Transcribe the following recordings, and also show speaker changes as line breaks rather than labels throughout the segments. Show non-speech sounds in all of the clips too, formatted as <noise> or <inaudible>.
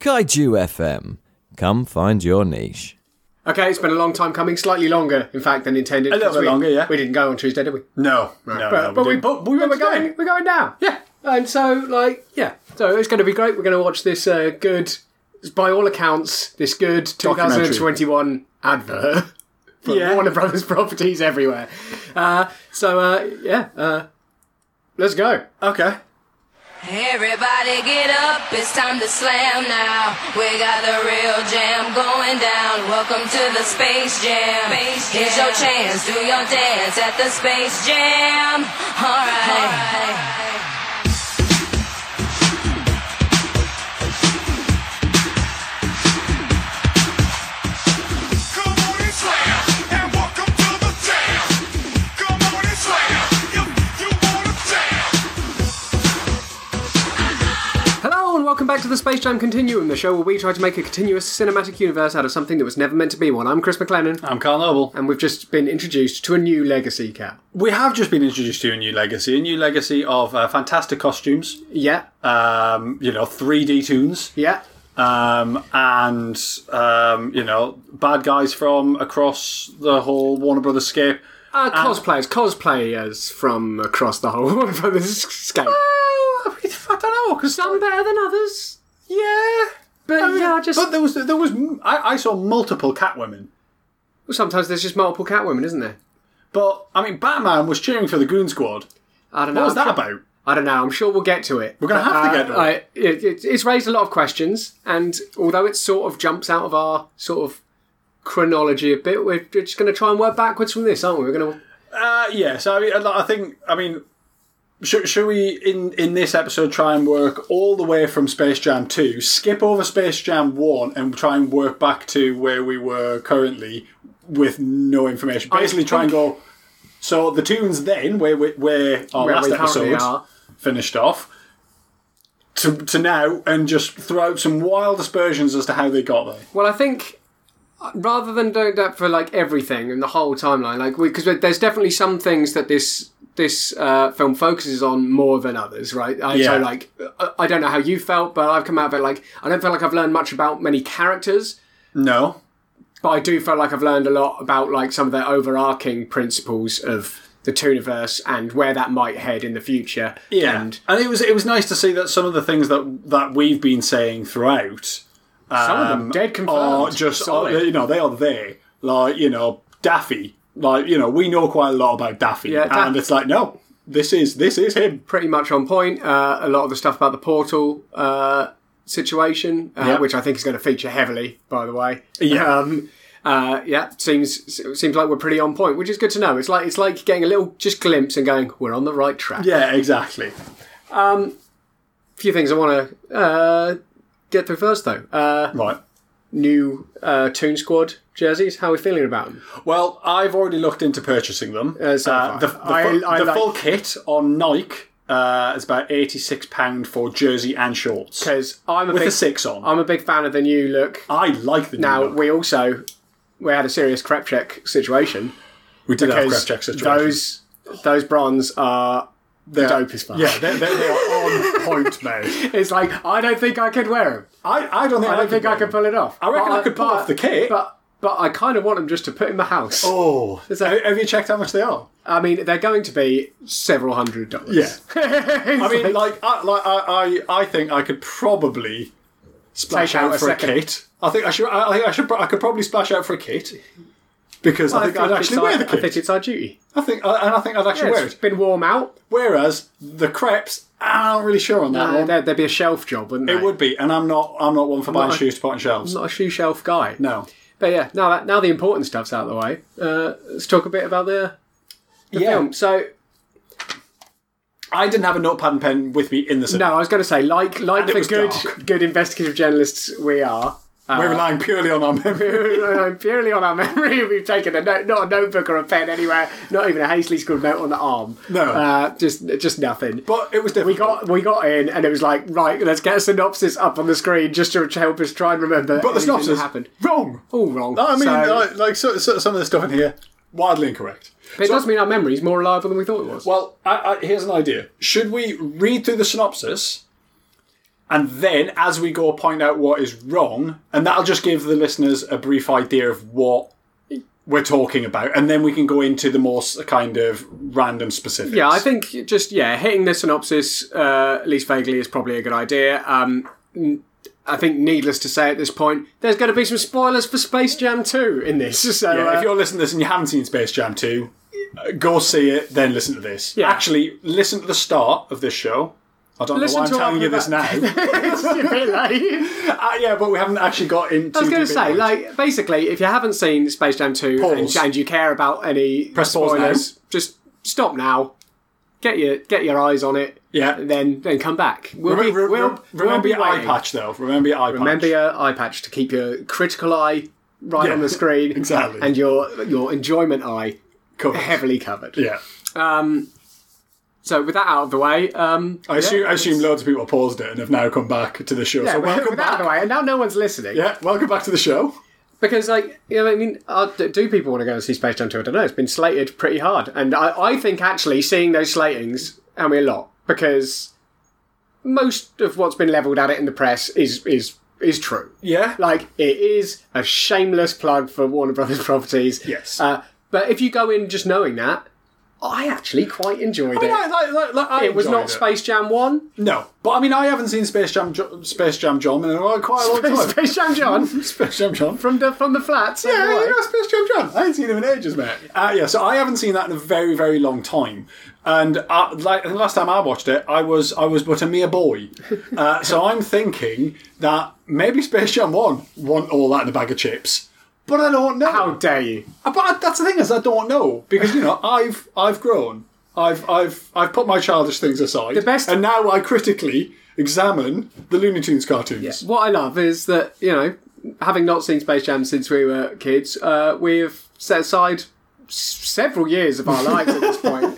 Kaiju FM. Come find your niche.
Okay, it's been a long time coming, slightly longer, in fact, than intended.
A little
'cause
bit
we,
longer, yeah.
We didn't go on Tuesday, did we?
No, no,
but,
no,
but we,
didn't. but we
but
went
we're
today.
going, we're going now.
Yeah.
And so, like, yeah. So it's going to be great. We're going to watch this uh, good, by all accounts, this good
Documentary.
2021 <laughs> advert for
Yeah.
Warner Brothers <laughs> properties everywhere. Uh, so, uh, yeah. Uh, let's go.
Okay.
Everybody get up, it's time to slam now. We got the real jam going down. Welcome to the Space Jam. Here's your chance, do your dance at the Space Jam. Alright.
Come on and slam, and welcome to the jam. Come on and slam, if you wanna jam.
Hello and welcome back to the Space Jam Continuum, the show where we try to make a continuous cinematic universe out of something that was never meant to be one. I'm Chris McLennan,
I'm Carl Noble.
and we've just been introduced to a new legacy cat.
We have just been introduced to a new legacy, a new legacy of uh, fantastic costumes,
Yeah,
um, you know, 3D tunes,
yeah,
um, and, um, you know, bad guys from across the whole Warner Brothers scape.
Uh,
Um,
cosplayers, cosplayers from across the whole <laughs> world from this scape.
Oh, I, mean, I don't know, because
Some better than others,
Oh, Yeah.
but yeah, just
But there was, there was, I, I saw multiple Catwomen.
sometimes there's just multiple Catwomen, isn't there?
But, I mean, Batman was cheering for the Goon Squad.
I don't know.
What was
I'm
that
sure-
about?
I don't know. I'm sure we'll get to it. We're
gonna have to get to it.
it, it. It's raised a lot of questions, and although it sort of jumps out of our sort of chronology a bit, we're we're just going to try and work backwards from this, aren't we? We're going to.
Uh, yeah, so I, mean, I think I mean, should, should we in in this episode try and work all the way from Space Jam two, skip over Space Jam one, and try and work back to where we were currently with no information? Basically, try and go. So the tunes then, where we, where our
Where
last
we currently
episode
are.
finished off. To, to now and just throw out some wild aspersions as to how they got there.
Well, I think uh, rather than doing that for like everything and the whole timeline, like because there's definitely some things that this this uh, film focuses on more than others, right? I, So
Yeah.
like, I- I don't know how you felt, but I've come out of it like I don't feel like I've learned much about many characters.
No,
But I do feel like I've learned a lot about like some of their overarching principles of the Tooniverse and where that might head in the future.
Yeah,
and
and, it was it was nice to see that some of the things that that we've been saying throughout
some of them
um,
dead
are
confirmed.
just are,
solid.
you know they are there. Like you know Daffy, like you know we know quite a lot about Daffy,
Yeah, Daff-
and it's like no, this is this is him.
pretty much on point. Uh, a lot of the stuff about the portal uh, situation, uh,
Yeah.
which I think is going to feature heavily, by the way.
<laughs> Yeah.
Um, uh, yeah, seems seems like we're pretty on point, which is good to know. It's like it's like getting a little just glimpse and going, we're on the right track.
Yeah, exactly.
few things I want to uh, get through first though. Uh,
Right.
new uh, Toon Squad jerseys. How are we feeling about them?
Well, I've already looked into purchasing them.
Uh, so have I.
the the,
I-
full,
I
the
like-
full kit on Nike uh, is about eighty six pound for jersey and shorts
Because I'm a
with
big
the six on.
I'm a big fan of the new look.
I like the new
Now
look.
we also we had a serious crep check situation.
we did have
because
crap check situation.
those those bronze are the dope as fuck.
Yeah, they, they, they are on point, mate.
<laughs> It's like I don't think I could wear them.
<laughs> I, I don't think
I don't think I could pull it off.
I reckon
But
I could pull
but-
off the kit.
but but I kind of want them just to put in the house.
Oh,
that-
have you checked how much they are?
I mean, they're going to be several hundred dollars. <laughs>
Yeah.
I
I mean, like, I, like I, I, I think I could probably splash
Take out
out,
a
for
second.
a kit. I think I should. I, I think I should. pro- I could probably splash out for a kit because I, think, I'd
it's
actually
our-
wear the
I think
kit.
it's our duty.
I think, I, and I think I'd actually
Yeah,
wear
it's
it.
been warm out.
Whereas the crepes, I'm not really sure on that
Uh,
one.
there'd, there'd be a shelf job, wouldn't
It would be, and I'm not. I'm not one for buying
Not a-
shoes to put on shelves.
Not a shoe shelf guy.
no.
But yeah, now that, now the important stuff's out of the way, uh, let's talk a bit about the, the
Yeah.
film. So
I didn't have a notepad and pen with me in the cinema.
No, I was going to say, like, like
And it
the
was
good,
dark. <laughs>
good investigative journalists we are,
We're
uh,
relying
<laughs>
purely on our memory.
relying purely on our <laughs> memory. We've taken a note, not a notebook or a pen anywhere, not even a hastily scribbled note on the arm.
No.
uh, just, just nothing.
But it was difficult.
we got, we got in, and it was like, right, let's get a synopsis up on the screen just to help us try and remember.
but the
anything that
synopsis
happened. Oh,
wrong.
All wrong.
I mean,
So-
like, like so, so, some of the stuff in here wildly incorrect.
but it does mean our memory's more reliable than we thought it was.
Well, I, I, here's an idea. Should we read through the synopsis and then as we go, point out what is wrong, and that'll just give the listeners a brief idea of what we're talking about, and then we can go into the more s- kind of random specifics.
Yeah, I think just yeah, hitting the synopsis uh, at least vaguely is probably a good idea. Um, n- I think needless to say at this point, there's going to be some spoilers for Space Jam 2 in this. <laughs> So
Yeah,
uh,
if you're listening to this and you haven't seen Space Jam 2, uh, go see it, then listen to this.
Yeah.
Actually, listen to the start of this show. I don't
Listen
know why I'm
to
telling
after
you this now.
that. <laughs> It's a
<laughs>
bit late.
uh, yeah, but we haven't actually got into.
I was going to say, like, basically, if you haven't seen Space Jam 2 and,
Pause.
and you care about any
Press pause
spoilers, just stop now. Get your get your eyes on it.
Yeah.
and then then come back. We'll be,
remember,
we'll, we'll
remember
be
your eye
waiting.
patch, though. Remember your eye
Remember
patch.
your eye patch to keep your critical eye right
Yeah,
on the screen,
<laughs> exactly.
and your your enjoyment eye
Covered.
heavily covered.
Yeah.
So with that out of the way, um,
I assume, I assume loads of people paused it and have now come back to the show.
yeah,
so welcome
with that out
back.
of the way, and now no one's listening.
Yeah, welcome back to the show.
Because, like, you know, I mean, uh, d- do people want to go and see Space Jam 2? I don't know. It's been slated pretty hard. And I, I think actually seeing those slatings helped me a lot because most of what's been levelled at it in the press is is is true.
Yeah.
Like, it is a shameless plug for Warner Brothers <laughs> properties.
Yes.
Uh, but if you go in just knowing that, I actually quite enjoyed it. it was not
space.
Space Jam 1.
No, but I mean, I haven't seen Space Jam, jo- Space Jam John in a- quite
<laughs>
a long time.
Space Jam John
<laughs> Space Jam John.
from the, from the flats.
Yeah,
Why?
you know Space Jam John. I ain't seen him in ages, mate. Uh, yeah, so I haven't seen that in a very, very long time. And uh, like the last time I watched it, I was I was but a mere boy. Uh, so I'm thinking that maybe Space Jam One want all that in a bag of chips, but I don't know.
How dare you?
But that's the thing is I don't know because you know <laughs> I've I've grown. I've I've I've put my childish things aside.
The best-
and now I critically examine the Looney Tunes cartoons.
What I love is that you know, having not seen Space Jam since we were kids, uh, we've set aside s- several years of our lives at this
<laughs>
point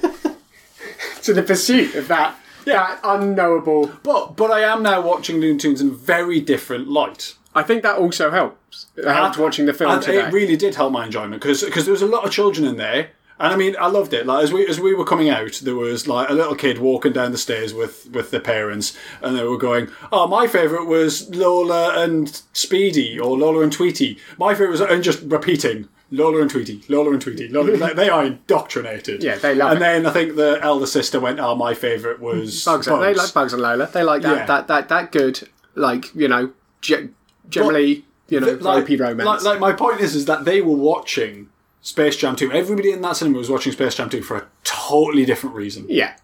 to the pursuit of that that unknowable.
But but I am now watching Looney Tunes in a very different light.
I think that also helps. It helped watching the film
And
today.
It really did help my enjoyment because there was a lot of children in there. And I mean, I loved it. Like as we as we were coming out, there was like a little kid walking down the stairs with with their parents, and they were going, "Oh, my favorite was Lola and Speedy, or Lola and Tweety. My favorite was and just repeating Lola and Tweety, Lola and
<laughs>
Tweety. Lola, like, they are indoctrinated.
Yeah, they love
And
it.
then I think the elder sister went, "Oh, my favorite was
Bugs, They
Bugs."
like Bugs and Lola. They like that
Yeah.
that, that that good like you know ge- generally you know ropey romance.
Like, like my point is, is that they were watching Space Jam 2. Everybody in that cinema was watching Space Jam 2 for a totally different reason.
yeah.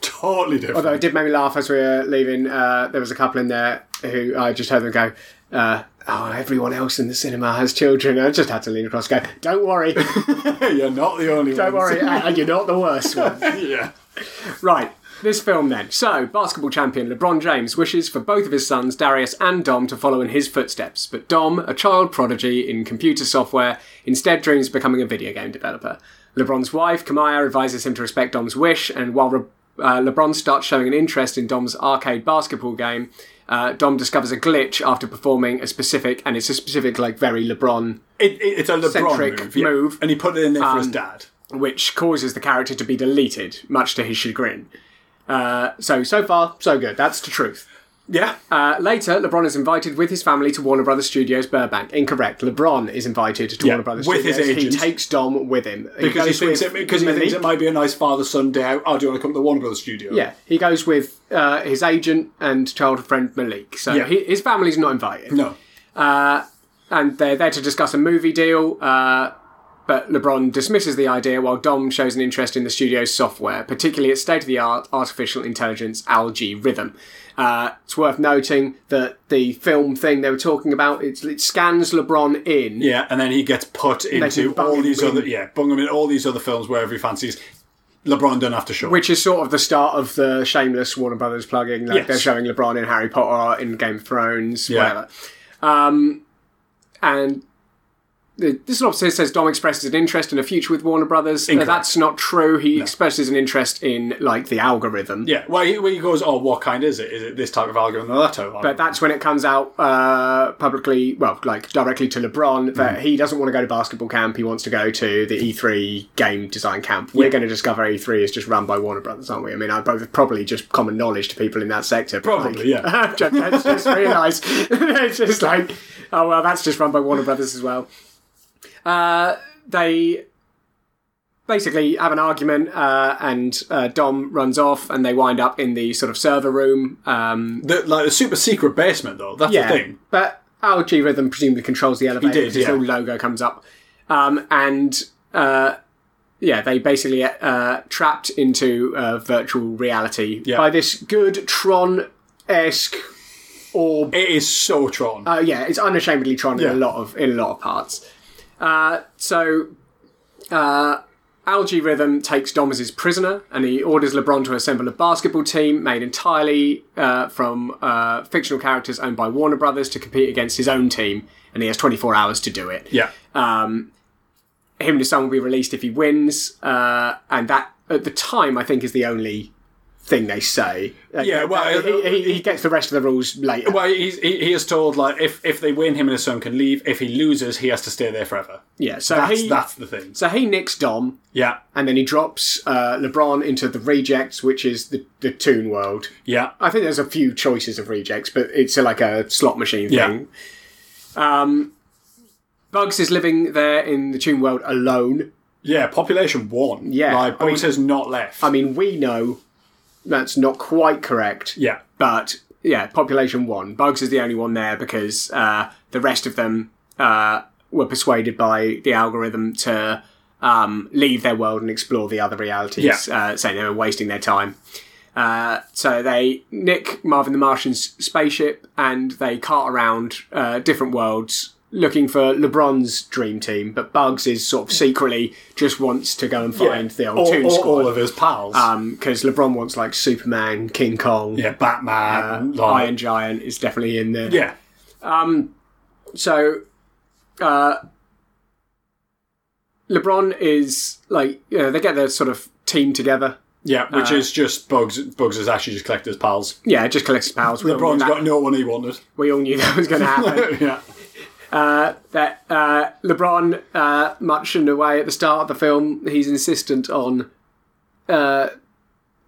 Totally different.
Although it did make me laugh as we were leaving. Uh, there was a couple in there who I just heard them go, uh, "Oh, everyone else in the cinema has children." I just had to lean across, and go, "Don't worry,
<laughs> You're not the only
don't worry,
ones. <laughs>
and you're not the worst one."
yeah.
Right. This film then. So, basketball champion LeBron James wishes for both of his sons, Darius and Dom, to follow in his footsteps. But Dom, a child prodigy in computer software, instead dreams of becoming a video game developer. LeBron's wife, Kamaya, advises him to respect Dom's wish, and while Re- uh, LeBron starts showing an interest in Dom's arcade basketball game, uh, Dom discovers a glitch after performing a specific, and it's a specific, like, very LeBron
It, it, it's a LeBron
Centric
move, yeah.
move. Um,
And he put it in there for his dad.
which causes the character to be deleted, much to his chagrin. Uh, so, so far, so good. That's the truth.
Yeah.
Uh, later, LeBron is invited with his family to Warner Brothers Studios Burbank. Incorrect. LeBron is invited to
Yeah,
Warner Brothers
with his
Studios.
agent.
He takes Dom with him.
because he,
goes
thinks it,
with
because he thinks
Malik.
it might be a nice father son day out. Oh, do you want to come to the Warner Brothers studio?
Yeah, he goes with uh, his agent and childhood friend Malik. So
Yeah.
he, his family's not invited.
No.
and they're there to discuss a movie deal. Uh, but LeBron dismisses the idea while Dom shows an interest in the studio's software, particularly its state of the art artificial intelligence algae rhythm. Uh, it's worth noting that the film thing they were talking about it's, it scans LeBron in.
Yeah, and then he gets put into
bung
all
him
these
in.
other yeah, bung him in all these other films wherever he fancies. LeBron don't have to show. up.
Which is sort of the start of the shameless Warner Brothers plugging. Like
Yes.
they're showing LeBron in Harry Potter, in Game of Thrones,
Yeah.
whatever. Um, and the- the synopsis here says Dom expresses an interest in a future with Warner Brothers. Uh,
Incorrect.
that's not true. He expresses an interest in like the algorithm.
Yeah, well, he, well, he goes, oh, what kind is it? Is it this type of algorithm or that type of algorithm?
But that's when it comes out uh, publicly, well, like directly to LeBron, that
Hmm.
he doesn't want to go to basketball camp. He wants to go to the E3 game design camp. We're going to discover E3 is just run by Warner Brothers, aren't we? I mean, I both probably just common knowledge to people in that sector. but,
Probably,
like, uh-huh.
yeah.
<laughs> just, let's just realise <laughs> it's just like, oh well, that's just run by Warner Brothers as well. Uh, they basically have an argument, uh, and uh, Dom runs off, and they wind up in the sort of server room. Um,
the, like the super secret basement, though. That's the thing.
but Algae Rhythm presumably controls the elevator.
did,
because His
yeah.
little logo comes up, um, and uh, yeah, they basically get uh, trapped into uh, virtual reality
Yeah.
by this good Tron esque orb.
It is so Tron.
Uh, yeah, it's unashamedly Tron
Yeah.
in a lot of in a lot of parts. Uh, so. Uh, Algae Rhythm takes Dom as his prisoner, and he orders LeBron to assemble a basketball team made entirely uh, from uh, fictional characters owned by Warner Brothers to compete against his own team, and he has 24 hours to do it.
yeah.
Him and his son will be released if he wins, uh, and that at the time I think is the only thing they say. Uh,
Yeah, well,
he, he, he gets the rest of the rules later.
Well, he's, he, he is told like if, if they win, him and his son can leave. If he loses, he has to stay there forever.
yeah, so
That's
he
that's the thing.
so he nicks Dom.
Yeah,
and then he drops uh, LeBron into the rejects, which is the, the Toon World.
yeah,
I think there's a few choices of rejects, but it's uh, like a slot machine thing.
Yeah.
Um, Bugs is living there in the Toon World alone.
yeah. Population one.
Yeah,
like
I
Bugs
mean-
has not left.
I mean, we know that's not quite correct.
yeah,
But yeah, population one. Bugs is the only one there because uh, the rest of them uh, were persuaded by the algorithm to um, leave their world and explore the other realities,
Yeah.
uh, saying they were wasting their time. Uh, so they nick Marvin the Martian's spaceship and they cart around uh, different worlds looking for LeBron's dream team, but Bugs is sort of secretly just wants to go and find the old
all,
Toon
all-
Squad. Um,
all of his pals.
because LeBron wants like Superman, King Kong,
yeah, Batman. like-
uh, Iron Giant is definitely in there.
Yeah,
So, uh, LeBron is like, you know, they get their sort of team together.
yeah. Which is just Bugs. Bugs has actually just collected his pals.
Uh, Yeah, just collects his pals. We all, knew
LeBron's
that,
got no one he wanted.
we all knew <laughs> that was going to happen.
<laughs> yeah,
that uh, LeBron, uh, much in the way at the start of the film, he's insistent on, uh,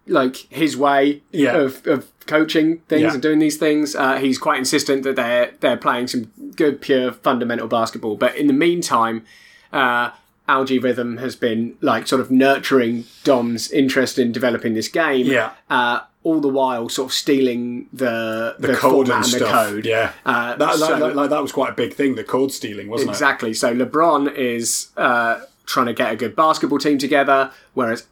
like his way
Yeah.
of, of coaching things
Yeah.
and doing these things. Uh, he's quite insistent that they're they're playing some good, pure, fundamental basketball. But in the meantime, uh, Algae Rhythm has been like sort of nurturing Dom's interest in developing this game.
Yeah.
Uh, all the while, sort of stealing the the,
the, code
format
and stuff.
the code.
Yeah,
Uh,
that,
so-
like, like- like, that was quite a big thing. The code stealing, wasn't
Exactly. So LeBron is uh, trying to get a good basketball team together, whereas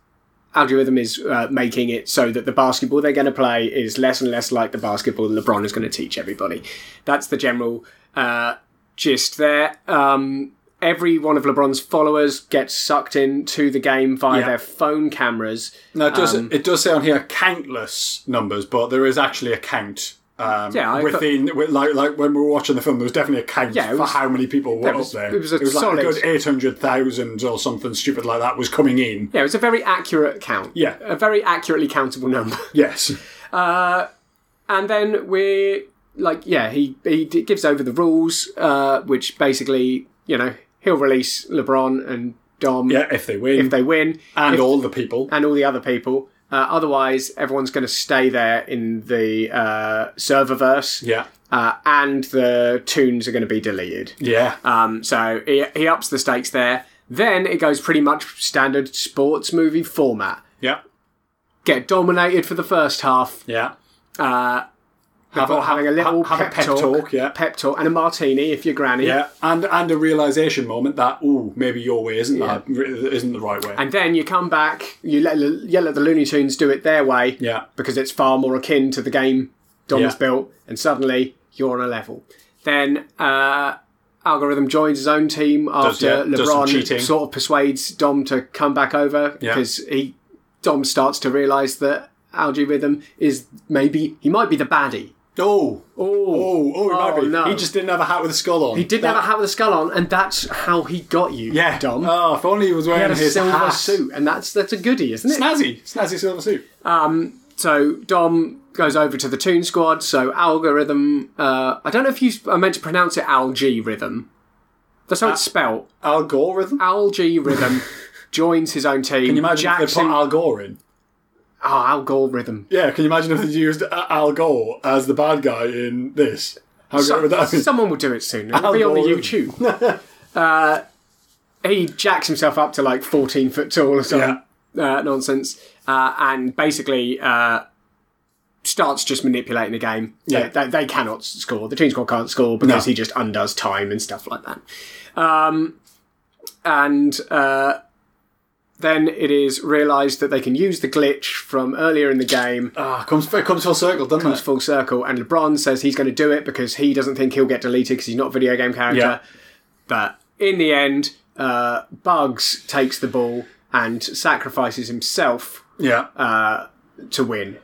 algorithm is uh, making it so that the basketball they're going to play is less and less like the basketball LeBron is going to teach everybody. That's the general uh, gist there. Um, every one of LeBron's followers gets sucked into the game via
Yeah.
their phone cameras.
it? Now it does
Um,
it does say on here countless numbers, but there is actually a count. Um,
Yeah, I-
within with, like like when we were watching the film, there was definitely a count
Yeah, it
for
was-
how many people were
there was-
up there.
it was a solid-
like a good eight hundred thousand or something stupid like that was coming in.
Yeah, it's a very accurate count.
Yeah.
A very accurately countable number. <laughs>
Yes,
and then we're like, yeah, he he d- gives over the rules, uh, which basically, you know, he'll release LeBron and Dom
yeah. If they win,
if they win,
and
If-
all the people,
and all the other people. Uh, otherwise, everyone's going to stay there in the uh, serververse,
yeah,
uh, and the tunes are going to be deleted.
yeah,
Um, so he, he ups the stakes there. Then it goes pretty much standard sports movie format.
yeah,
Get dominated for the first half,
yeah.
uh, have,
a-
having a
have-
little
have a
pep,
pep
talk,
talk, yeah.
pep talk, and a martini if you're granny.
Yeah, and and a realization moment that oh maybe your way isn't that isn't the right way.
And then you come back, you let, you let the Looney Tunes do it their way
yeah,
because it's far more akin to the game Dom has
Yeah.
built, and suddenly you're on a level. Then uh, Algorithm joins his own team after
yeah, does some cheating.
LeBron sort of persuades Dom to come back over
Yeah.
because he Dom starts to realise that Algae Rhythm is maybe he might be the baddie.
Oh, oh, oh, he might be.
no.
He just didn't have a hat with a skull on.
He did
That-
never have the skull on, and that's how he got you,
Yeah,
Dom.
Oh, if only he was
he
wearing
had a
his
silver
hat.
suit, and that's that's a goodie, isn't it? Um,
Snazzy, snazzy silver suit.
So Dom goes over to the Toon Squad. So algorithm. Uh, I don't know if you. I meant to pronounce it algorithm. That's how it's
Uh,
spelt.
Al Gore rhythm. Can <laughs>
Algorithm joins his own team. Can
you imagine if they
Jackson?
put Al Gore in?
oh, algorithm.
Yeah, can you imagine if they used A- Al Gore as the bad guy in this? How
So-
good would that be?
someone will do it soon. It'll be on the
Algorithm.
YouTube.
<laughs>
uh, he jacks himself up to like 14 foot tall or something.
yeah.
uh, nonsense, uh, and basically uh, starts just manipulating the game.
Yeah.
They, they, they cannot score. The team score can't score because
No.
he just undoes time and stuff like that. Um, and uh, then it is realised that they can use the glitch from earlier in the game.
Ah, comes it comes full circle, doesn't
Comes
it?
full circle, and LeBron says he's going to do it because he doesn't think he'll get deleted because he's not a video game character.
Yeah.
But in the end, uh, Bugs takes the ball and sacrifices himself
yeah,
Uh, to win.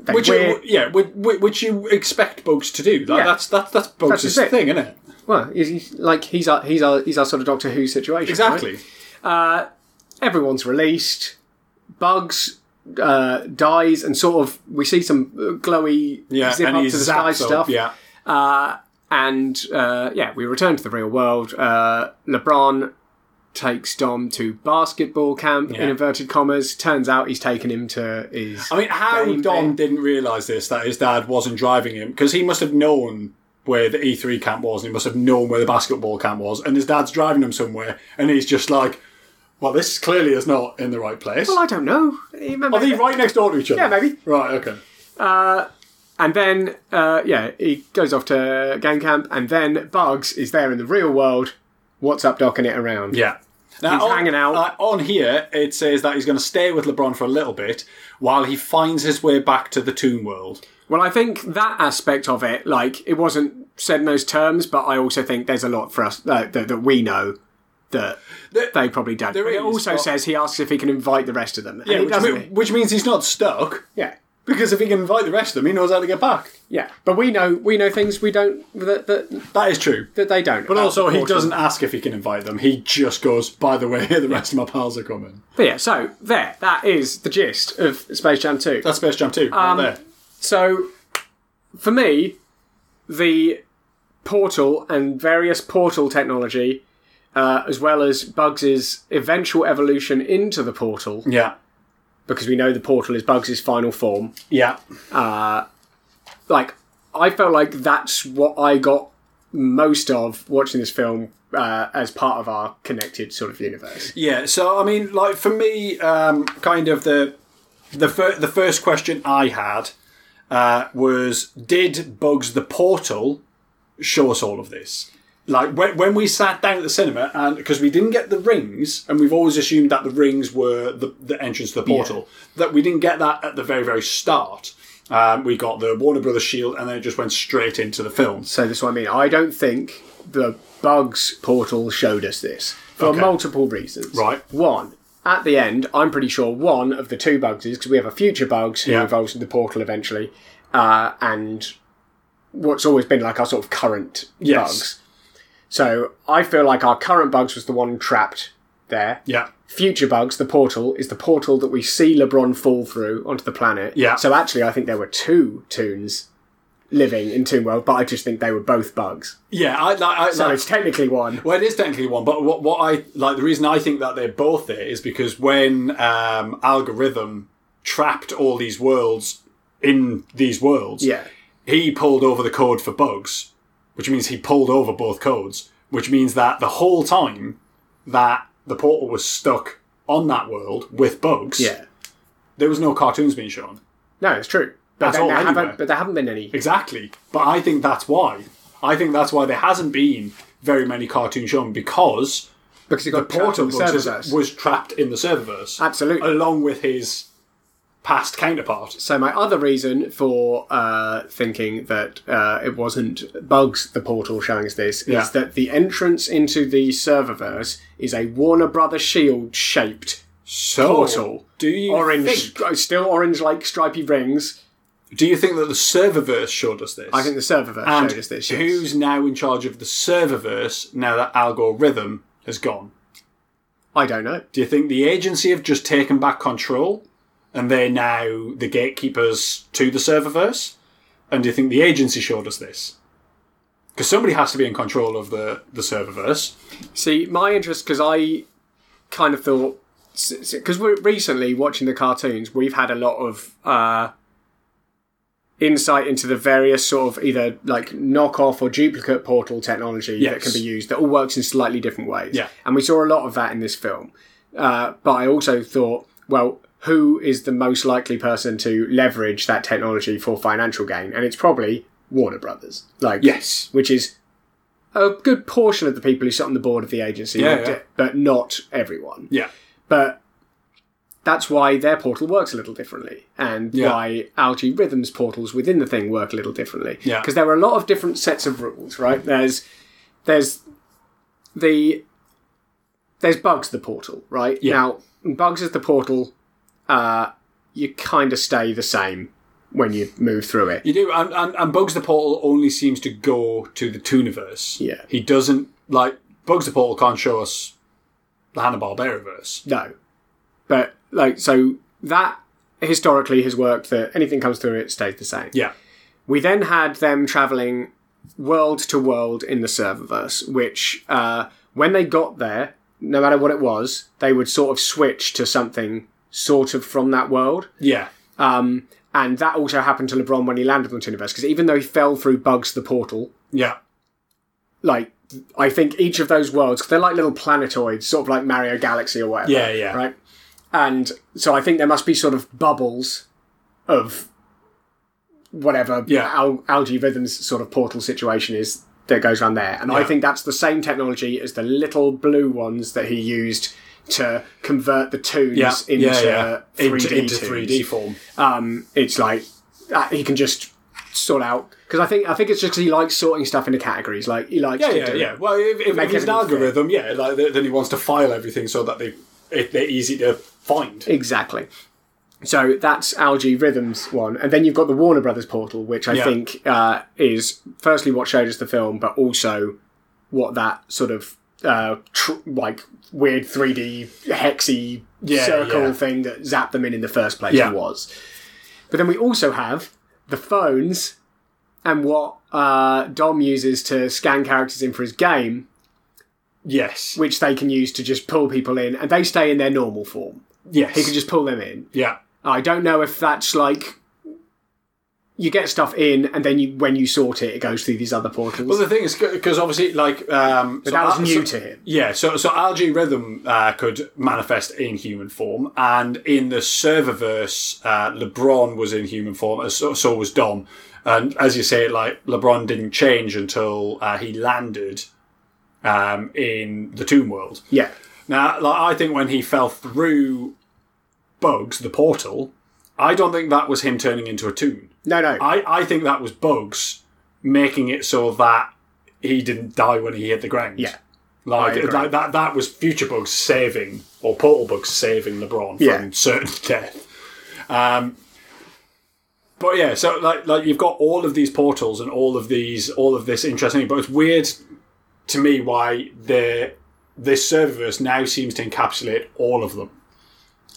They
which
win.
you, yeah, which, which you expect Bugs to do. That,
Yeah.
That's that's that's Bugs'
just it.
thing, isn't it?
well, he's, he's- like he's our he's our he's our sort of Doctor Who situation.
Exactly.
right? Everyone's released. Bugs uh, dies, and sort of we see some uh, glowy
Yeah,
zip
and
up
he
to the sky
zaps up,
stuff.
Yeah,
And uh, yeah, we return to the real world. Uh, LeBron takes Dom to basketball camp in
Yeah.
inverted commas. Turns out he's taken him to his.
I mean, how
game
Dom
day.
didn't realise this that his dad wasn't driving him because he must have known where the E3 camp was and he must have known where the basketball camp was, and his dad's driving him somewhere, and he's just like, "Well, this clearly is not in the right place."
Well, I don't know. He may-
Are they right next door to each other?
Yeah, maybe.
Right. Okay.
And then, uh, yeah, he goes off to gang camp, and then Bugs is there in the real world. What's up, docking it around?
Yeah. Now,
He's hanging out.
uh, on here, it says that he's going to stay with LeBron for a little bit while he finds his way back to the Toon World.
Well, I think that aspect of it, like, it wasn't said in those terms, but I also think there's a lot for us uh, that, that we know that
There-
they probably don't.
there
But it
is,
also
but-
says he asks if he can invite the rest of them. And he
which,
doesn't.
me- which means he's not stuck
yeah.
because if he can invite the rest of them, he knows how to get back.
Yeah, but we know we know things we don't that that,
That is true.
that they don't.
But also, he doesn't ask if he can invite them. He just goes, by the way, <laughs> the rest of my pals are coming.
But yeah, so there, that is the gist of Space Jam Two.
That's Space Jam 2. right there.
So, for me, the portal and various portal technology, uh, as well as Bugs' eventual evolution into the portal,
Yeah.
because we know the portal is Bugs' final form.
Yeah.
Like, I felt like that's what I got most of watching this film uh, as part of our connected sort of universe.
Yeah. So, I mean, like, for me, um, kind of the. The, fir- the first question I had uh, was Did Bugs the Portal show us all of this? Like when, when we sat down at the cinema, and because we didn't get the rings, and we've always assumed that the rings were the, the entrance to the portal, that we didn't get that at the very, very start. Um, we got the Warner Brothers shield, and then it just went straight into the film.
So that's what I mean. I don't think the Bugs portal showed us this for
Okay.
multiple reasons.
Right.
One, at the end, I'm pretty sure one of the two Bugs is because we have a future Bugs who
Yeah.
evolves into the portal eventually, uh, and what's always been like our sort of current
Yes.
Bugs. So I feel like our current Bugs was the one trapped there.
Yeah,
Future Bugs, the portal, is the portal that we see LeBron fall through onto the planet.
Yeah.
So actually, I think there were two Toons living in Toon World, but I just think they were both Bugs.
yeah. I, I, I,
So
like-
it's technically one.
Well, it is technically one, but what, what I like the reason I think that they're both there is because when um, algorithm trapped all these worlds in these worlds,
Yeah.
he pulled over the code for bugs, which means he pulled over both codes, which means that the whole time that the portal was stuck on that world with bugs,
Yeah.
there was no cartoons being shown.
No, it's true. But
That's
then
all
there
anyway.
haven't but there haven't been any.
Exactly. But I think that's why. I think that's why there hasn't been very many cartoons shown because
Because he
the
got trapped
Portal
in the
Bugs is-
servers.
was trapped in the serververse.
Absolutely.
Along with his past counterpart.
So my other reason for uh, thinking that uh, it wasn't Bugs the portal showing us this
Yeah.
is that the entrance into the serververse is a Warner Brothers shield shaped
So,
portal.
do you
orange,
think
stri- still orange like stripy rings
Do you think that the serververse showed us this?
I think the serververse
and
showed us this. yes.
who's now in charge of the serververse now that algorithm has gone?
I don't know.
Do you think the agency have just taken back control and they're now the gatekeepers to the serververse? And do you think the agency showed us this? Because somebody has to be in control of the, the serververse.
See, my interest because I kind of thought because we're recently watching the cartoons, we've had a lot of uh, insight into the various sort of either like knockoff or duplicate portal technology that
Yes.
can be used that all works in slightly different ways.
Yeah.
and we saw a lot of that in this film. Uh, but I also thought, well. Who is the most likely person to leverage that technology for financial gain? And it's probably Warner Brothers. Like,
Yes.
which is a good portion of the people who sit on the board of the agency,
Yeah, yeah.
but not everyone.
Yeah.
But that's why their portal works a little differently, and
Yeah.
why Algae Rhythm's portals within the thing work a little differently.
Yeah.
Because there are a lot of different sets of rules, right? There's there's the there's bugs the portal, right?
Yeah.
Now bugs is the portal. Uh, you kind of stay the same when you move through it.
You do, and, and, and Bugs the Portal only seems to go to the Tooniverse.
Yeah.
He doesn't, like, Bugs the Portal can't show us the Hanna-Barbera-verse.
No. But like so that historically has worked that anything comes through it stays the same.
Yeah.
We then had them traveling world to world in the serververse, which uh, when they got there, no matter what it was, they would sort of switch to something sort of from that world.
Yeah.
Um, and that also happened to LeBron when he landed on Tuniverse, because even though he fell through Bugs the portal,
Yeah.
like I think each of those worlds, they they're like little planetoids, sort of like Mario Galaxy or whatever.
Yeah, yeah.
Right. And so I think there must be sort of bubbles of whatever
Yeah.
al- algae rhythms sort of portal situation is that goes around there. And I
Yeah.
think that's the same technology as the little blue ones that he used to convert the tunes
Yeah.
into uh,
yeah, yeah.
3D
into, into
tunes
3D form.
um, it's like uh, he can just sort out because I think I think it's just 'cause he likes sorting stuff into categories. Like he likes
Yeah,
to
yeah,
do
yeah. Well, if, if,
Make
if it's
everything
an
fair.
algorithm, yeah, like, th- then he wants to file everything so that they if they're easy to find.
exactly. So that's Algae Rhythms one, and then you've got the Warner Brothers portal, which I
Yeah.
think uh, is firstly what showed us the film, but also what that sort of uh, tr- like weird three D hexy
Yeah,
circle
yeah.
thing that zapped them in in the first place
Yeah.
was. But then we also have the phones and what uh, Dom uses to scan characters in for his game,
Yes.
which they can use to just pull people in, and they stay in their normal form.
yes.
He can just pull them in.
yeah.
I don't know if that's like you get stuff in, and then you when you sort it, it goes through these other portals.
Well, the thing is, because obviously, like, um, so
that was
al-
new
so-
to him.
Yeah, so so algae rhythm uh, could manifest in human form, and in the serververse, uh, LeBron was in human form, as so, so was Dom, and as you say, like LeBron didn't change until uh, he landed um, in the Tomb World.
yeah,
Now, like, I think when he fell through Bugs, the portal, I don't think that was him turning into a toon.
no, no,
I, I think that was Bugs making it so that he didn't die when he hit the ground.
Yeah. I
Like,
agree.
like that, that was Future Bugs saving, or Portal Bugs saving LeBron from
Yeah.
certain <laughs> death. Um, but yeah, so like, like you've got all of these portals and all of these, all of this interesting, but it's weird to me why the this serververse now seems to encapsulate all of them.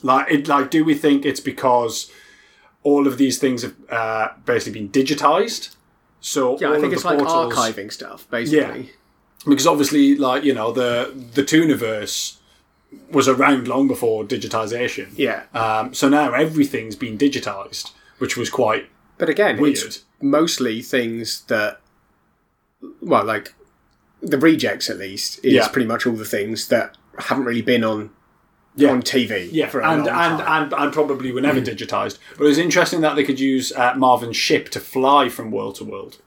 Like, it, like, do we think it's because all of these things have uh, basically been digitized? So
yeah.
all
I
of
think
the
it's like
portals-
archiving stuff, basically.
Yeah. because obviously, like you know, the the Tooniverse was around long before digitization.
Yeah.
Um, so now everything's been digitized, which was quite
But again,
Weird.
it's mostly things that, well, like the rejects at least is
Yeah.
pretty much all the things that haven't really been on
yeah.
on TV
yeah,
for a
and,
long time.
and,
Mm.
and and probably were never digitized. But it was interesting that they could use uh, Marvin's ship to fly from world to world.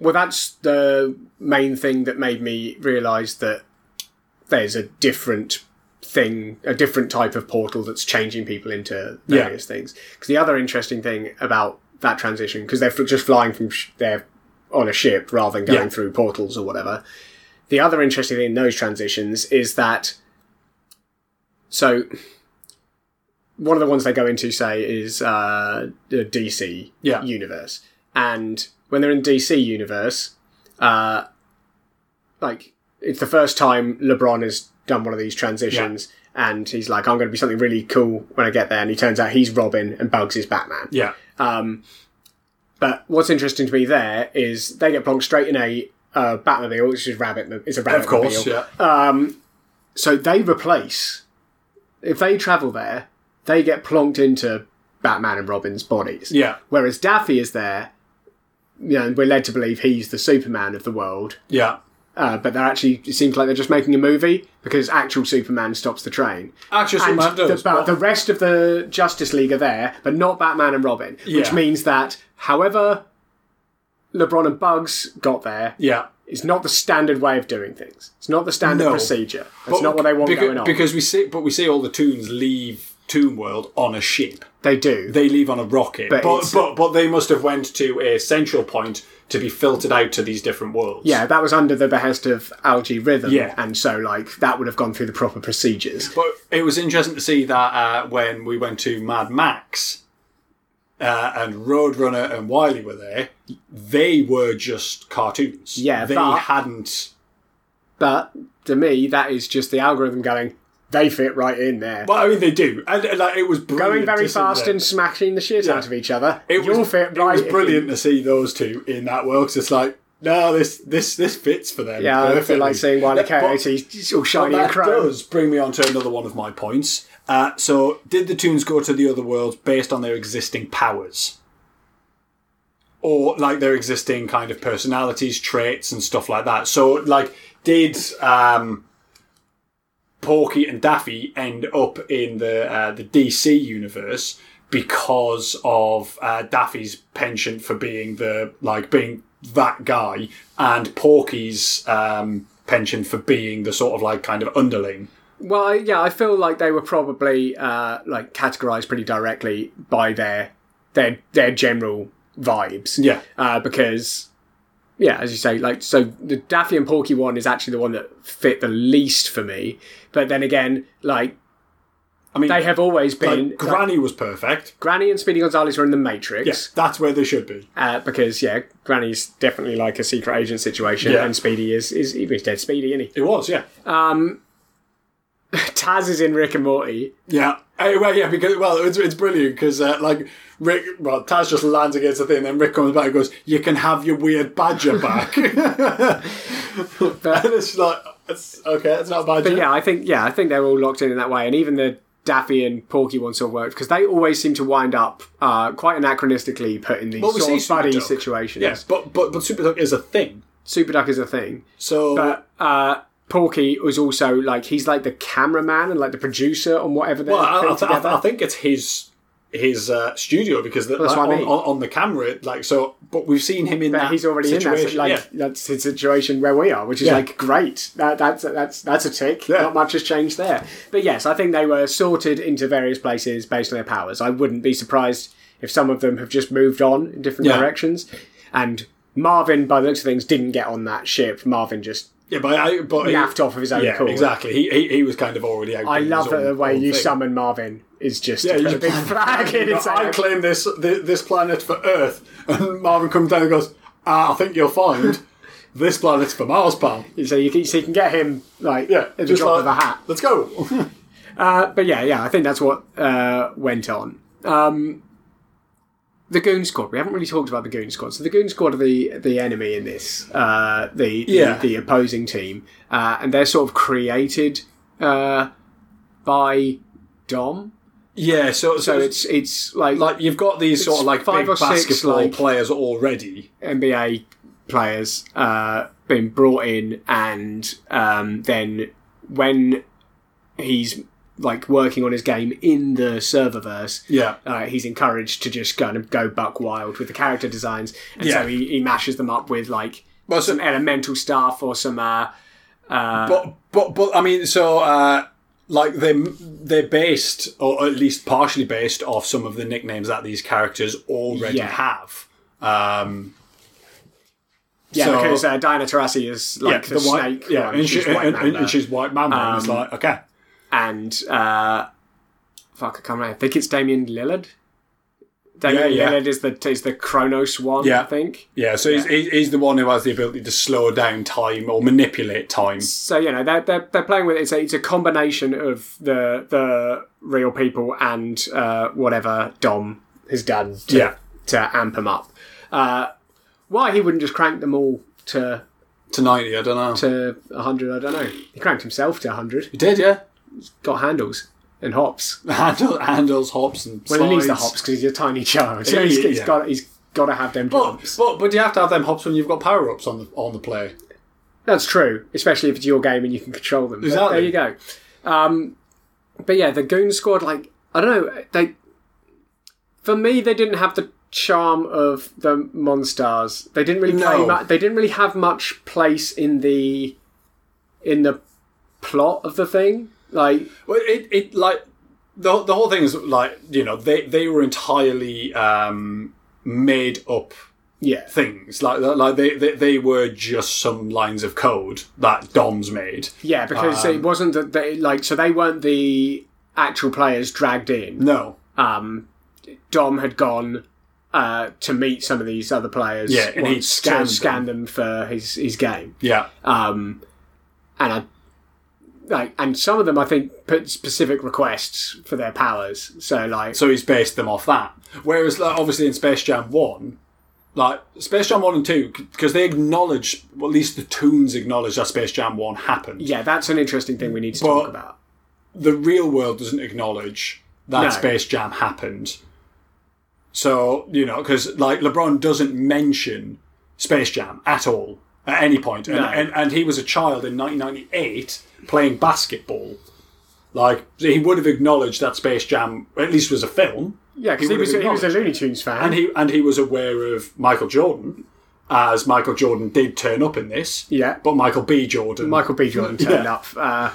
well, that's the main thing that made me realise that there's a different thing, a different type of portal that's changing people into
Yeah.
various things. Because the other interesting thing about that transition, because they're fl- just flying from sh- they're on a ship rather than going
Yeah.
through portals or whatever. The other interesting thing in those transitions is that so one of the ones they go into, say, is uh, the DC
Yeah.
universe, and when they're in DC universe, uh, like it's the first time LeBron has done one of these transitions, and he's like, "I'm going to be something really cool when I get there," and he turns out he's Robin and Bugs is Batman.
Yeah.
But what's interesting to me there is they get plonked straight in a uh, Batmobile, which is rabbit. It's a rabbit.
Of course, yeah.
So they replace. If they travel there, they get plonked into Batman and Robin's bodies.
Yeah.
Whereas Daffy is there. You know, we're led to believe he's the Superman of the world,
yeah.
uh, but they're actually. It seems like they're just making a movie because actual Superman stops the train.
Actually,
And
Superman
the,
does.
but
but-
the rest of the Justice League are there, but not Batman and Robin, which
Yeah.
means that however LeBron and Bugs got there is
yeah.
not the standard way of doing things. It's not the standard
No.
procedure. That's
But-
not what they want
because,
going on.
Because we see, but we see all the Toons leave Toon World on a ship.
they do.
They leave on a rocket,
But
but
it's-
but, but, they must have went to a central point to be filtered out to these different worlds.
yeah, that was under the behest of Algae Rhythm,
Yeah.
and so like that would have gone through the proper procedures.
But it was interesting to see that uh, when we went to Mad Max uh, and Roadrunner and Wily were there, they were just cartoons.
Yeah,
they
but-
hadn't.
But to me, that is just the algorithm going. They fit right in there.
Well, I mean, they do, and, and, like, it was
Going
brilliant
very
to see them.
fast and smashing the shit out of each other.
It
You'll
was,
fit
it
right
was
in.
brilliant to see those two in that world. 'cause it's like, no, this this this fits for them.
Yeah, I
perfectly.
feel like seeing Wiley
Yeah, but-
Coyote he's all
but
shiny and
that
crow.
does bring me on to another one of my points. Uh, so, did the tunes go to the other worlds based on their existing powers? Or like their existing kind of personalities, traits, and stuff like that. So, like, did um, Porky and Daffy end up in the uh, the DC universe because of uh, Daffy's penchant for being the like being that guy, and Porky's um, penchant for being the sort of like kind of underling.
Well, I- yeah, I feel like they were probably uh, like categorized pretty directly by their their their general vibes.
Yeah.
uh, because yeah, as you say, like so the Daffy and Porky one is actually the one that fit the least for me. But then again, like
I mean,
they have always
like,
been like,
Granny was perfect.
Granny and Speedy Gonzales are in the Matrix.
Yes, that's where they should be.
uh, because yeah, Granny's definitely like a secret agent situation,
Yeah.
and Speedy is is he's dead Speedy, isn't he?
It was, yeah,
Taz is in Rick and Morty.
yeah. Eh, well, yeah, because well, it's, it's brilliant because uh, like Rick, well, Taz just lands against the thing, and then Rick comes back and goes, "You can have your weird badger back." <laughs> and it's like, it's, okay, it's not a badger.
But yeah, I think yeah, I think they're all locked in in that way, and even the Daffy and Porky one sort of worked because they always seem to wind up uh, quite anachronistically put in these
Well, we
sort
see
of buddy
Superduck.
situations.
Yeah, but but but Super Duck is a thing.
Super Duck is a thing,
So
but uh, Porky was also like he's like the cameraman and like the producer on whatever they're
well, I,
putting
I, th- I, th-
together.
I think it's his his uh, studio because the,
That's
like,
what I
on,
mean.
on, on the camera, like so. But we've seen him in
But
that
he's already in that
situation.
si- like
yeah.
that's his situation where we are, which is
Yeah.
like great. That, that's that's that's a tick.
Yeah.
Not much has changed there. But yes, I think they were sorted into various places based on their powers. I wouldn't be surprised if some of them have just moved on in different
Yeah.
directions. And Marvin, by the looks of things, didn't get on that ship. Marvin just
yeah, but I, but he-
naffed off of his own
Yeah,
accord.
exactly. He, he he was kind of already out.
I
doing
love
his
that
own-
the way
own
you
thing.
summon Marvin is just
Yeah,
to
you
put a
just-
big
<laughs>
flag in and say,
I claim this thi- this planet for Earth, and Marvin comes down and goes, ah, "I think you'll find this planet's for Mars, pal."
so you can, so you can get him like
Yeah,
at the
just
drop
like,
of a hat.
Let's go.
but yeah, yeah, I think that's what uh, went on. Um, the Goon Squad. We haven't really talked about the Goon Squad. So the Goon Squad are the the enemy in this, uh, the, the-
Yeah.
the opposing team, uh, and they're sort of created uh, by Dom.
Yeah, so
So it's it's like,
like you've got these sort of like
five
big
or six,
basketball
like-
players already.
NBA players uh, being brought in, and um, then when he's like working on his game in the serververse,
Yeah,
uh, he's encouraged to just kind of go buck wild with the character designs, and
Yeah.
so he, he mashes them up with like
well, so,
some elemental stuff or some. Uh,
but but but I mean, so uh, like they they're based, or at least partially based, off some of the nicknames that these characters already
Yeah.
have. Um,
yeah,
So-
because uh, Diana Taurasi is like the, snake,
yeah,
one,
and, she,
she's white man um,
and, and,
there.
and she's white man. there, and it's like okay,
and uh, Fuck, I can't remember. I think it's Damien Lillard. Damien
Yeah, yeah.
Lillard is the is the Kronos one,
Yeah.
I think.
Yeah, so he's He's, he's the one who has the ability to slow down time or manipulate time.
So you know they're they're, they're playing with it's a, it's a combination of the the real people and uh, whatever Dom has done to,
Yeah.
to amp them up. Uh, why he wouldn't just crank them all to
To 90, I don't know.
to hundred? I don't know. He cranked himself to hundred.
he did, yeah. <laughs>
Got handles and hops.
Handle, handles, hops, and
Well, he needs the
slides.
hops because he's a tiny child. So <laughs>
Yeah,
he's,
yeah,
he's
yeah.
got he's got to have them
But,
jumps.
but, but you have to have them hops when you've got power ups on the, on the play.
That's true, especially if it's your game and you can control them. But
Exactly.
there you go. Um, but yeah, the Goon Squad, like I don't know, they for me they didn't have the charm of the Monstars. They didn't really play.
No.
Mu- they didn't really have much place in the in the plot of the thing. Like
Well, it, it like the the whole thing is like you know they they were entirely um, made up
yeah,
things like like they, they they were just some lines of code that Dom's made.
yeah, because it wasn't that they like so they weren't the actual players dragged in.
No,
um, Dom had gone uh, to meet some of these other players.
Yeah, and
once
he'd
scan,
scanned
scan them for his, his game.
yeah,
Um, and I, like, and some of them I think put specific requests for their powers. So like,
so he's based them off that. Whereas like, obviously in Space Jam One. Like Space Jam One and Two, because they acknowledge, well, at least the tunes acknowledge that Space Jam One happened.
yeah, that's an interesting thing we need to
Well-
talk about.
the real world doesn't acknowledge that
No.
Space Jam happened. So, you know, because like LeBron doesn't mention Space Jam at all at any point. And,
No.
and, and he was a child in 1998 playing basketball. Like, he would have acknowledged that Space Jam at least was a film.
Yeah, because he,
would've
was he was a
acknowledged.
Looney Tunes fan.
And he, and he was aware of Michael Jordan, as Michael Jordan did turn up in this.
Yeah.
But Michael B. Jordan.
Michael B. Jordan turned
Yeah.
up. Uh,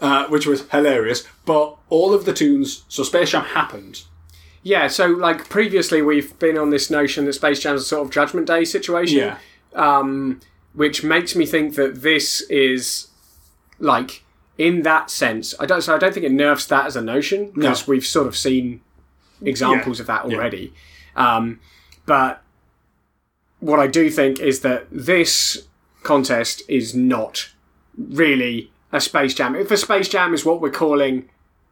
uh, which was hilarious. But all of the tunes, so Space Jam happened.
yeah, so like previously we've been on this notion that Space Jam's a sort of Judgment Day situation.
Yeah,
um, which makes me think that this is like in that sense. I don't. So I don't think it nerfs that as a notion because
No.
we've sort of seen examples
Yeah.
of that
Yeah.
already. Um, but what I do think is that this contest is not really a Space Jam. If a Space Jam is what we're calling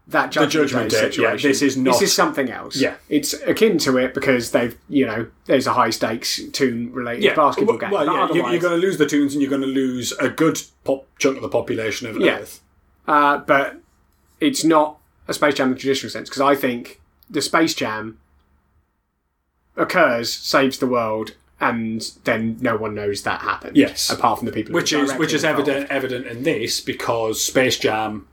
that judgment,
Judgment
Day
Day, yeah,
situation,
this is not-
This is something else.
Yeah.
it's akin to it because they've you know there's a high stakes tune related
yeah.
basketball
Well,
game.
Well,
but
yeah, you,
otherwise-
you're going to lose the tunes, and you're going to lose a good pop chunk of the population of
Yeah.
Earth.
Uh, but it's not a Space Jam in the traditional sense because I think the Space Jam occurs, saves the world, and then no one knows that happened.
Yes.
apart from the people, who
Which
were
is
directly
which is
involved.
evident evident in this because Space Jam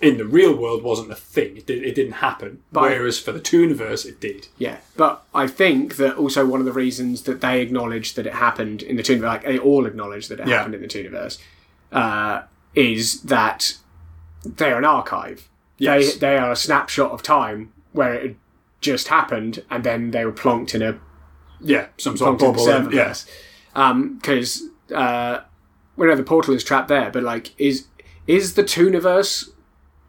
in the real world wasn't a thing; it, did, it didn't happen. Whereas for the Tooniverse, it did.
Yeah, but I think that also one of the reasons that they acknowledged that it happened in the Tooniverse, like they all acknowledged that it
Yeah.
happened in the Tooniverse, uh, is that they're an archive.
Yes.
They they are a snapshot of time where it had just happened, and then they were plonked in a
yeah, some sort of
Pumped
bubble.
into
and- Yeah.
serverless. because Um, uh, we know the portal is trapped there, but like, is is the Tooniverse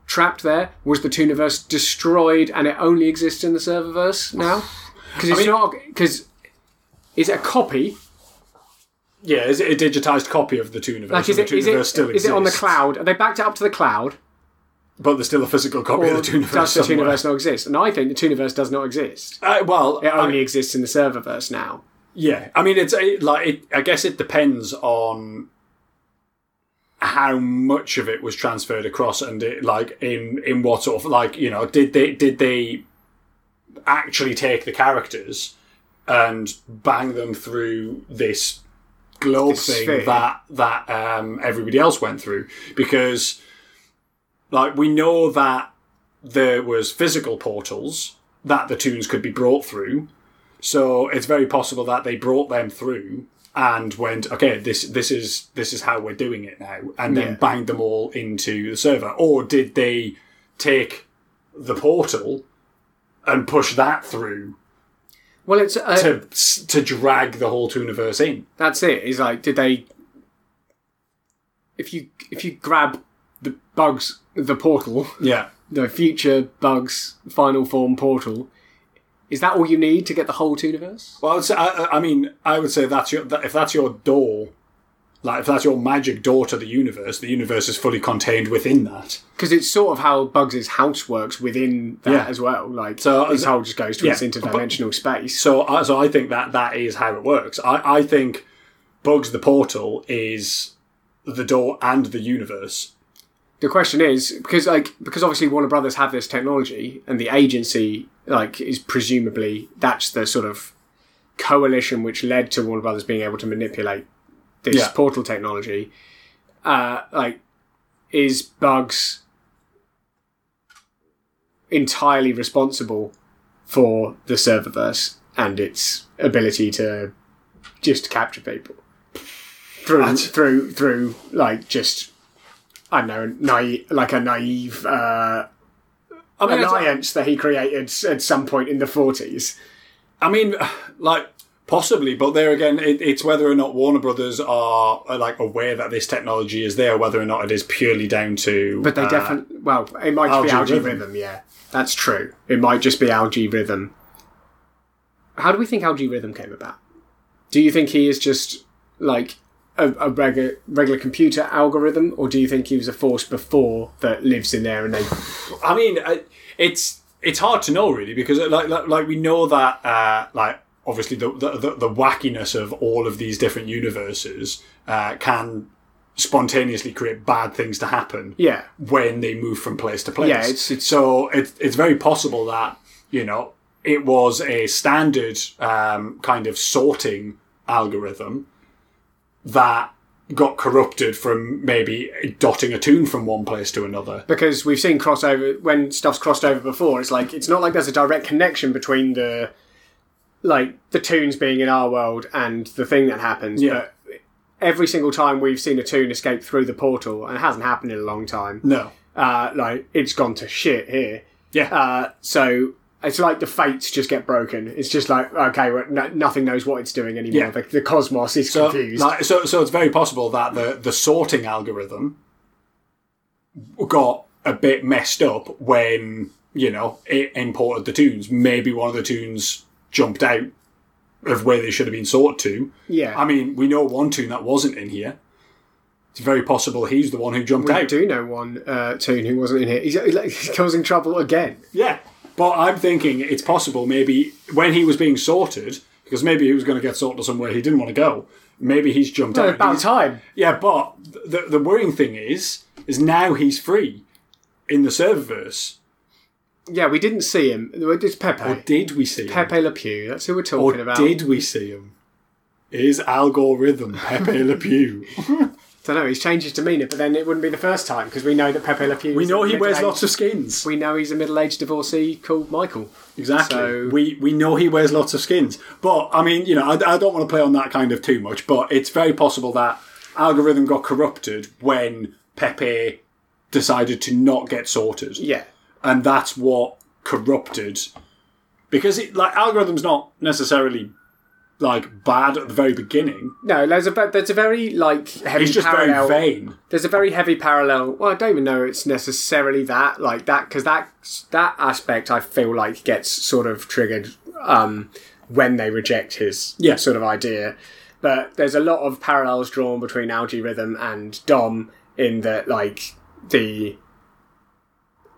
trapped there? Was the Tooniverse destroyed and it only exists in the serververse
<sighs>
now? Because it's not because is it a copy?
yeah, is it a digitized copy of the Tooniverse?
Like, is
and
it
the
is
Tooniverse
it,
still
is it on the
exists,
cloud? Are they backed it up to the cloud,
But there's still a physical copy
or
of the Tooniverse.
does the
somewhere.
Tooniverse not exist? And I think the Tooniverse does not exist.
Uh, well,
It
I-
only exists in the serververse now.
Yeah, I mean, it's it, like it, I guess it depends on how much of it was transferred across, and it, like in in what sort of like you know did they did they actually take the characters and bang them through this globe
This
thing
sphere.
that that um, everybody else went through because like we know that there was physical portals that the tunes could be brought through so it's very possible that they brought them through and went, okay, this this is this is how we're doing it now, and then
Yeah.
banged them all into the server. Or did they take the portal and push that through
Well, it's uh,
to to drag the whole Tooniverse in?
that's it. Is like, did they? If you if you grab the bugs, the portal, <laughs>
Yeah,
the future Bugs final form portal. Is that all you need to get the whole Tooniverse?
Well, I, would say, I, I- I mean, I would say that's your that if that's your door, like if that's your magic door to the universe, the universe is fully contained within that.
Because it's sort of how Bugs' house works within that
Yeah.
as well. Like
So,
his
is-
whole just goes to
yeah,
its interdimensional space.
So, I so I think that that is how it works. I, I think Bugs the Portal is the door and the universe.
the question is because like because obviously Warner Brothers have this technology and the agency like is presumably that's the sort of coalition which led to Warner Brothers being able to manipulate this
Yeah.
portal technology. Uh, like, is Bugs entirely responsible for the serververse and its ability to just capture people through through through like just I don't know naive like a naive uh,
I mean, it's-
alliance that he created s- at some point in the forties.
I mean, <sighs> like possibly, but there again, it, it's whether or not Warner Brothers are, are like aware that this technology is there, whether or not it is purely down to.
But they
uh,
definitely well, it might just be
Algae
algae
Rhythm.
rhythm. Yeah, that's true. It might just be algae rhythm. How do we think algae rhythm came about? Do you think he is just like a, a regular regular computer algorithm, or do you think he was a force before that lives in there and they
I mean, I- it's it's hard to know really because uh, like like, like we know that uh, like obviously the, the the- the wackiness of all of these different universes uh, can spontaneously create bad things to happen.
yeah
when they move from place to place.
Yeah, it's- it's-
so it's it's very possible that you know it was a standard um, kind of sorting algorithm that got corrupted from maybe dotting a tune from one place to another.
because we've seen crossover when stuff's crossed over before it's like it's not like there's a direct connection between the like the tunes being in our world and the thing that happens
Yeah.
but every single time we've seen a tune escape through the portal and it hasn't happened in a long time
No.
uh, like it's gone to shit here
Yeah.
uh, so it's like the fates just get broken it's just like okay well, no, nothing knows what it's doing anymore
Yeah.
the, the cosmos is
So,
confused
like, so, so it's very possible that the, the sorting algorithm got a bit messed up when, you know, it imported the tunes. Maybe one of the tunes jumped out of where they should have been sorted to.
yeah
I mean, we know one tune that wasn't in here. It's very possible he's the one who jumped
I
out.
do know one uh, tune who wasn't in here. He's, he's causing trouble again.
Yeah. But I'm thinking it's possible maybe when he was being sorted, because maybe he was going to get sorted somewhere he didn't want to go. Maybe he's jumped out.
About
He's-
time.
Yeah, but the the worrying thing is, is now he's free in the serververse.
Yeah, we didn't see him. It's Pepe.
Or did we see him?
Pepe Le Pew. That's who we're
Or
talking about.
did we see him? Is algorithm Pepe Le
<laughs>
Pew?
don't know. He's changed his demeanour, but then it wouldn't be the first time because we know that Pepe Le Pew.
We know he wears lots of skins.
We know he's a middle-aged divorcee called Michael.
Exactly.
So-
We we know he wears lots of skins, but I mean, you know, I, I don't want to play on that kind of too much. But it's very possible that algorithm got corrupted when Pepe decided to not get sorted.
Yeah.
and that's what corrupted because it, like algorithms not necessarily like bad at the very beginning
No, there's a ve- there's a very like heavy
it's just
parallel.
very vain
There's a very heavy parallel. Well, I don't even know it's necessarily that like that because that that aspect I feel like gets sort of triggered um, when they reject his
Yeah.
sort of idea. But there's a lot of parallels drawn between algae rhythm and Dom in that like the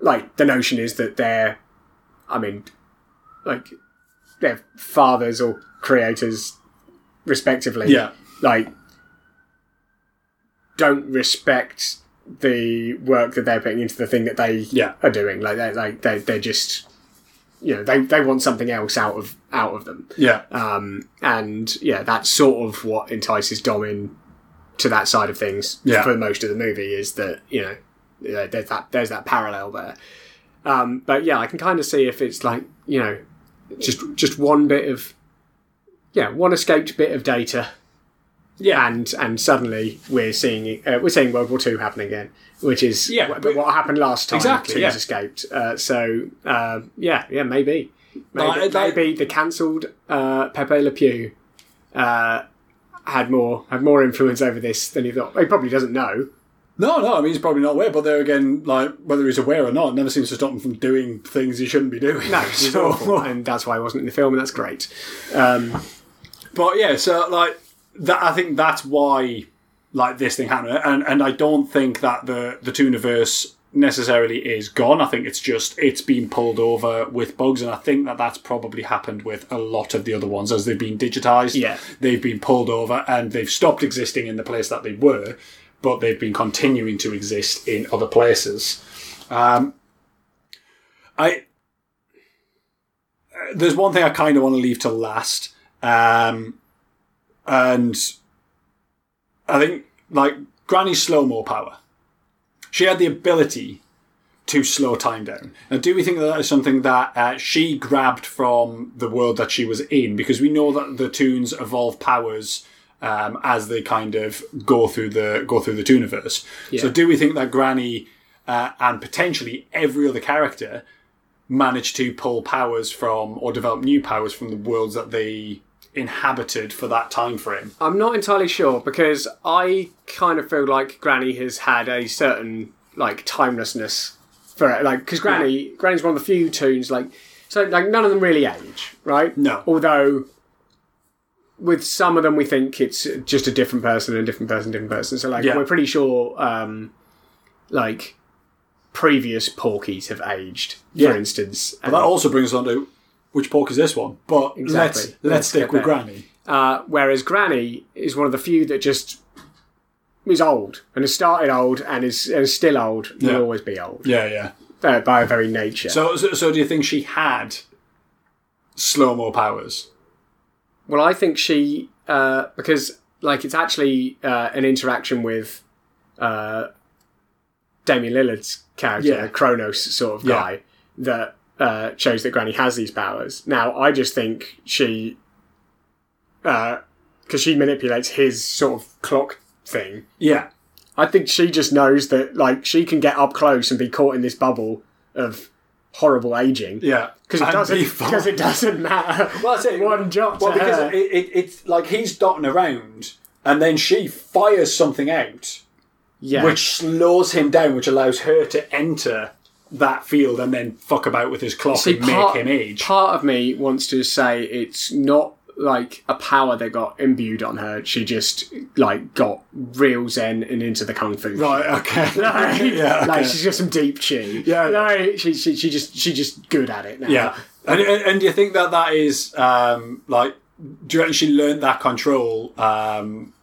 like the notion is that they're I mean like they're fathers or creators respectively
yeah
like don't respect the work that they're putting into the thing that they
Yeah.
are doing. Like they're like they they're just you know, they they want something else out of out of them.
yeah
Um and yeah, that's sort of what entices Dom in to that side of things
Yeah.
for most of the movie is that, you know, yeah, there's that there's that parallel there. Um but yeah, I can kind of see if it's like, you know, just just one bit of yeah, one escaped bit of data
yeah
and and suddenly we're seeing uh, we're seeing World War Two happen again, which is
Yeah,
wh-
but-
what happened last time.
Exactly,
Two's
yeah.
escaped. Uh, so uh, yeah, yeah, maybe maybe,
Like- like-
maybe the cancelled uh, Pepe Le Pew uh, had more had more influence over this than he thought. He probably doesn't know.
No, no, I mean, he's probably not aware, but there again, like, whether he's aware or not, never seems to stop him from doing things he shouldn't be doing. <laughs>
No, he's
So-
awful, and that's why he wasn't in the film, and that's great.
But yeah, so like that, I think that's why like this thing happened, and and I don't think that the the Tooniverse necessarily is gone. I think it's just it's been pulled over with bugs, and I think that that's probably happened with a lot of the other ones as they've been digitized.
Yeah.
they've been pulled over and they've stopped existing in the place that they were, but they've been continuing to exist in other places. Um, I uh, there's one thing I kind of want to leave to last, um, and I think like Granny's slow mo power. She had the ability to slow time down. Now, do we think that that is something that uh, she grabbed from the world that she was in? Because we know that the tunes evolve powers um, as they kind of go through the go through the Tooniverse. So, do we think that Granny uh, and potentially every other character managed to pull powers from or develop new powers from the worlds that they inhabited for that time frame?
I'm not entirely sure because I kind of feel like Granny has had a certain like timelessness for it. Like because Granny, Granny's one of the few tunes like so like none of them really age, right?
No.
Although with some of them, we think it's just a different person and a different person, different person. So like
Yeah.
we're pretty sure um like previous Porkies have aged,
Yeah.
for instance.
But that also brings us on to which pork is this one? But
Exactly.
let's, let's
Let's
stick
get
with
there.
Granny.
Uh, whereas Granny is one of the few that just is old and has started old and is, and is still old and
Yeah.
will always be old
Yeah, yeah.
uh, by her very nature.
So, so, so do you think she had slow mo powers?
well, I think she uh, because like it's actually uh, an interaction with uh, Damien Lillard's character,
Yeah.
Kronos sort of
Yeah.
guy that. Uh, shows that Granny has these powers. Now, I just think she, because she manipulates his sort of clock thing,
Yeah,
I think she just knows that like she can get up close and be caught in this bubble of horrible aging
yeah.
because it
And
doesn't
be fine.
because it doesn't matter.
<laughs> Well, that's it.
One jot
Well,
to
because
her.
it, it, it's like he's dotting around, and then she fires something out,
yeah.
which slows him down, which allows her to enter that field and then fuck about with his clock
See,
and
part-
make him age.
Part of me wants to say it's not like a power that got imbued on her. She just like got real zen and into the kung fu.
right. Okay.
<laughs> Like,
<laughs> yeah.
like
okay.
she's got some deep chi.
Yeah.
Like, she, she she just she just good at it now.
Yeah, and, and and do you think that that is um, like? Do you reckon she learned that control um,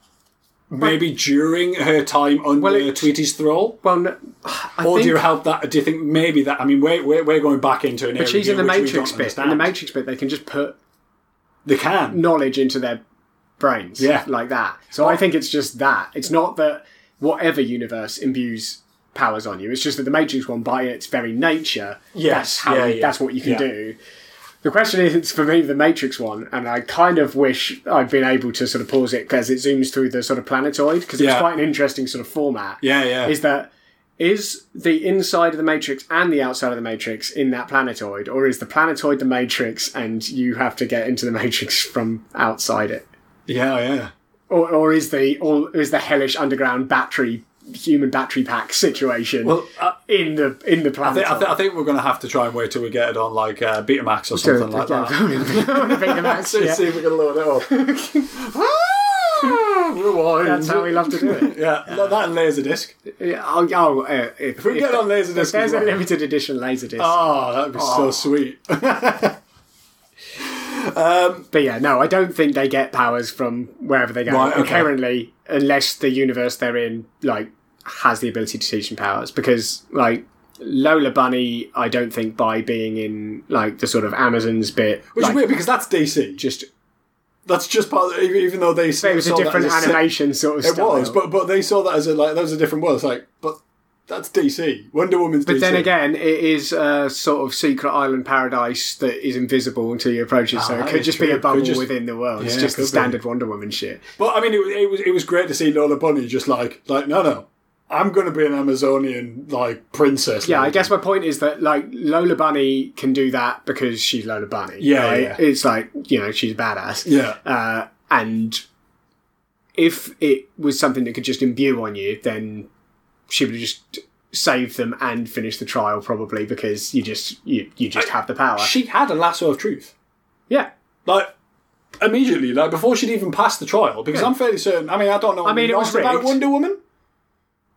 maybe during her time under
Well, it-
Tweety's thrall?
Well, no, I
Or
think,
do you help that? Do you think maybe that? I mean, we're we're, we're going back into an area
But she's in the
here which we
Matrix
don't
bit. In the
understand.
Matrix bit, they can just put
They can.
knowledge into their brains.
Yeah.
Like that. So I think it's just that. It's not that whatever universe imbues powers on you. It's just that the Matrix one, by its very nature,
Yes.
that's how
Yeah,
you-
yeah.
that's what you can
Yeah.
do. The question is for me the Matrix one, and I kind of wish I'd been able to sort of pause it because it zooms through the sort of planetoid because it's
Yeah.
quite an interesting sort of format.
Yeah, yeah.
Is that is the inside of the matrix and the outside of the matrix in that planetoid or is the planetoid the matrix and you have to get into the <laughs> matrix from outside it
Yeah, yeah.
or, or is the or is the hellish underground battery human battery pack situation
Well, I,
in the in the
I, thi-
planetoid
I, thi- I think we're going to have to try and wait till we get it on like uh, Betamax or something like that. <laughs> See, see
that
if we can
<laughs>
load it up. Ah, Rewind.
that's how we love to do it
Yeah, like that and Laserdisc.
Yeah, oh, oh, uh, if,
we
if
get on Laserdisc
if there's
as
a
well.
limited edition laserdisc
Oh, that'd be
Ah.
so sweet. <laughs>
But yeah, no, I don't think they get powers from wherever they go.
Right, okay.
Inherently, unless the universe they're in, like, has the ability to teach them powers. Because, like, Lola Bunny, I don't think by being in, like, the sort of Amazon's bit.
Which
like,
is weird because that's DC.
Just,
That's just part. Of, even, even though they
it was a
saw that
different
as se-
animation sort of
It
style.
was, but but they saw that as a like that was a different world. It's like, but that's DC. Wonder Woman's
But
DC.
then again, it is a sort of secret island paradise that is invisible until you approach it. so
that
it could
is
just be
Ah, true.
a
Could
bubble
just-
within the world. it's
Yeah,
just
could
the
be.
standard Wonder Woman shit.
but I mean, it, it was it was great to see Lola Bunny just like like no no, I'm going to be an Amazonian like princess.
Yeah, I
lady.
guess my point is that like Lola Bunny can do that because she's Lola Bunny.
Yeah,
right?
yeah.
it's like you know she's badass.
Yeah,
Uh, and if it was something that could just imbue on you, then she would have just saved them and finished the trial probably because you just you you just have the power.
She had a lasso of truth.
yeah.
Like, immediately, like, before she'd even passed the trial, because I'm fairly certain, I mean, I don't know
I mean, it
lots
was
about
rigged.
Wonder Woman.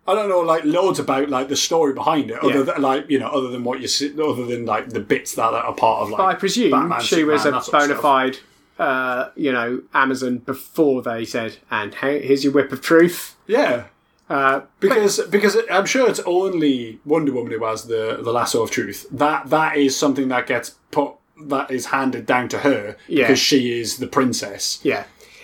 I don't know, like, loads about, like, the story behind it, other
Yeah.
than, like, you know, other than what you see, other than, like, the bits that are part of, like,
But I presume
Batman,
she was
Superman,
a
that sort of
bona
stuff.
fide uh, you know, Amazon before they said, and he- here's your whip of truth.
Yeah.
Uh,
Because because it- I'm sure it's only Wonder Woman who has the the lasso of truth. That that is something that gets put that is handed down to her
Yeah.
because she is the princess.
Yeah.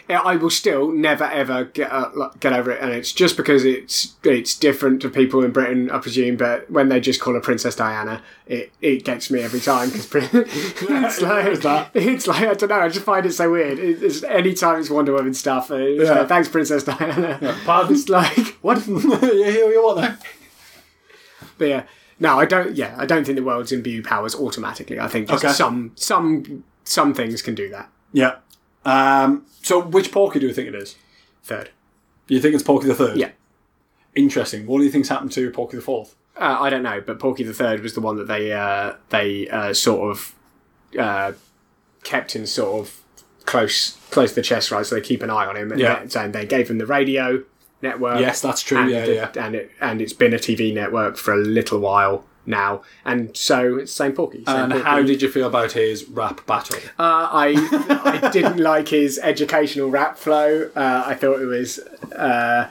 Yeah, I will still never ever get uh, like, get over it, and it's just because it's it's different to people in Britain, I presume. But when they just call her Princess Diana, it, it gets me every time because <laughs> it's like
is that.
it's like I don't know. I just find it so weird. It, it's any time it's Wonder Woman stuff. uh, It's
Yeah.
like, Thanks, Princess Diana.
pardon?
It's
<laughs>
like what?
yeah, yeah, yeah, what the-
But yeah, no, I don't. Yeah, I don't think the world's imbue powers automatically. I think just
Okay.
some some some things can do that.
Yeah. Um, so which Porky do you think it is?
Third,
You think it's Porky the Third?
Yeah.
Interesting. What do you think's happened to Porky the Fourth?
Uh, I don't know, but Porky the Third was the one that they uh, they uh, sort of uh, kept in sort of close close to the chest, right? So they keep an eye on him, and,
Yeah.
that- and they gave him the radio network.
Yes, that's true.
and
yeah,
the-
yeah.
and it and it's been a TV network for a little while now, and so it's same Porky. Same
And
Porky.
how did you feel about his rap battle?
Uh, I I didn't like his educational rap flow. Uh, I thought it was uh,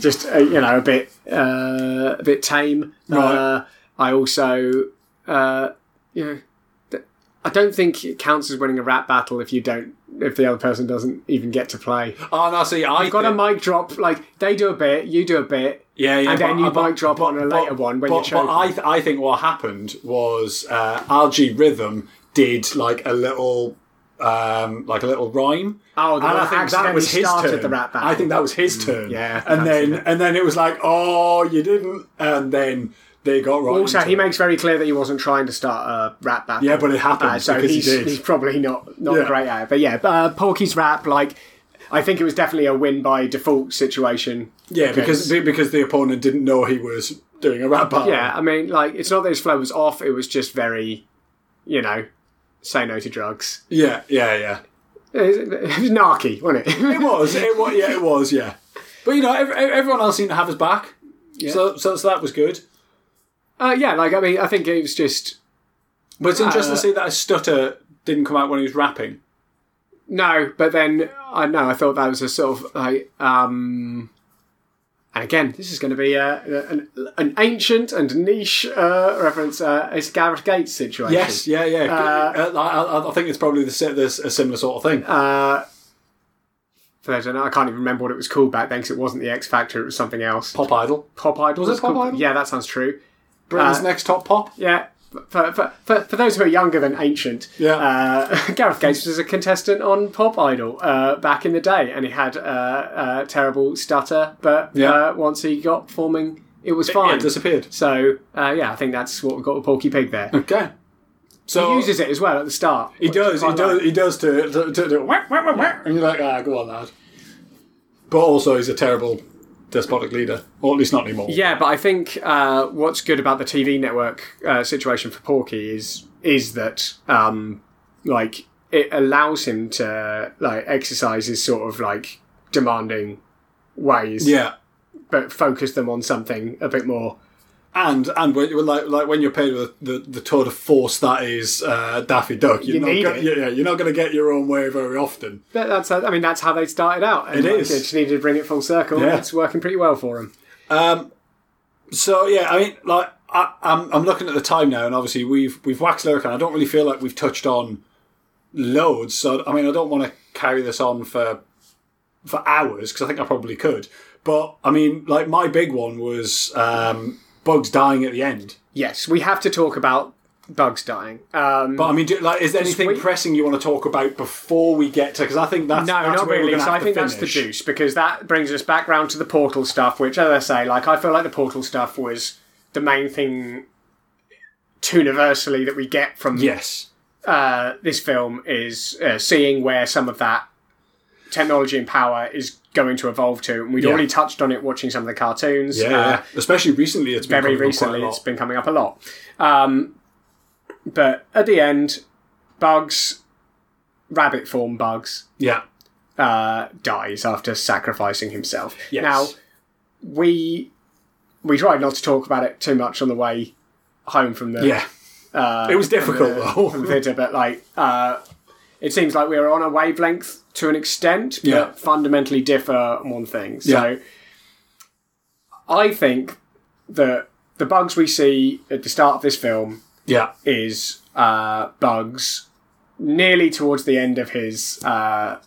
just uh, you know a bit uh, a bit tame. Uh,
Right.
I also uh, you know th- I don't think it counts as winning a rap battle if you don't if the other person doesn't even get to play.
oh, no, see, I
I've got a
think-
mic drop. Like they do a bit, you do a bit.
Yeah, yeah.
And then you
but-
mic drop on a later one when
but,
you're choking.
But I, th- I think what happened was uh, RG Rhythm did like a little. Um, like a little rhyme.
Oh, the one
and I think that
accidentally
was his
started
turn.
the rap battle.
I think that was his turn.
yeah,
and
that's
then
it.
and then it was like, oh, you didn't, and then they got right.
Also,
into
he
it.
makes very clear that he wasn't trying to start a rap battle.
Yeah, but it happened
Uh, so
because he
he's,
did.
he's probably not not
Yeah.
great at it. But yeah, but, uh, Porky's rap, like, I think it was definitely a win by default situation.
yeah because because the opponent didn't know he was doing a rap battle.
yeah, I mean, like, it's not that his flow was off. It was just very, you know, say no to drugs.
yeah, yeah, yeah.
It was, it was narky, wasn't
It
it? <laughs>
was. It was. Yeah, it was. Yeah. But you know, ev- ev- everyone else seemed to have his back. So, so so that was good.
uh, yeah, like, I mean, I think it was just
But it's interesting
Uh,
to see that a stutter didn't come out when he was rapping.
No, but then I know I thought that was a sort of like, um, and again, this is going to be uh an, an ancient and niche uh, reference. Uh, it's Gareth Gates situation.
Yes, yeah, yeah.
Uh, Uh,
Uh, I, I- I think it's probably the, si- this, a similar sort of thing.
For those who don't know, I can't even remember what it was called back then because it wasn't the X Factor; it was something else.
pop Idol.
Pop Idol.
Was it Pop
called-
Idol?
Yeah, that sounds true.
Britain's
uh,
next top pop.
Yeah. For, for, for, for those who are younger than ancient,
Yeah.
uh, <laughs> Gareth Gates was a contestant on Pop Idol uh, back in the day, and he had a uh, uh, terrible stutter, but
Yeah.
uh, once he got performing, it was fine.
It disappeared.
So, uh, yeah, I think that's what we've got with Porky Pig
<laughs>
there.
Okay. So
He uses it as well at the start.
He does. He does. He does to to, to, to whack, whack, whack, whack, and you're like, ah, go on, lad. But also, he's a terrible despotic leader, or at least not anymore.
Yeah, but I think uh, what's good about the TV network uh, situation for Porky is is that um, like it allows him to like exercise his sort of like demanding ways,
Yeah.
but focus them on something a bit more.
And and when, when, like like when you're paid with the, the tour de force that is uh, Daffy Duck, you're
You
not
need
gonna,
it.
yeah, yeah, you're not going to get your own way very often.
But that's I mean that's how they started out. And
It
like,
is.
They just needed to bring it full circle.
Yeah.
It's working pretty well for him.
So yeah, I mean, like I, I'm I'm looking at the time now, and obviously we've we've waxed lyric, and I don't really feel like we've touched on loads. So I mean, I don't want to carry this on for for hours because I think I probably could. But I mean, like my big one was um, Bugs dying at the end.
Yes, we have to talk about bugs dying. Um,
But I mean, do, like, is there anything
we-
pressing you want to talk about before we get to? Because I think that's
No,
that's
not
where we're
really.
gonna
So I
have to
think that's the
finish.
juice because that brings us back round to the portal stuff, which, as I say, like I feel like the portal stuff was the main thing to universally that we get from
Yes.
uh, this film is uh, seeing where some of that technology and power is going to evolve to. And we'd
Yeah.
already touched on it watching some of the cartoons.
Yeah,
uh,
yeah. especially recently, it's been
very
coming up quite a
recently
lot.
it's been coming up a lot. Um, but at the end, Bugs, rabbit form Bugs,
yeah,
uh, dies after sacrificing himself.
Yes.
Now, we we tried not to talk about it too much on the way home from the <laughs>
yeah. it was difficult
uh, from the
though.
theatre, but like uh, it seems like we're on a wavelength to an extent, but
Yeah.
fundamentally differ on one thing. So I think that the bugs we see at the start of this film
yeah,
is uh, Bugs nearly towards the end of his uh,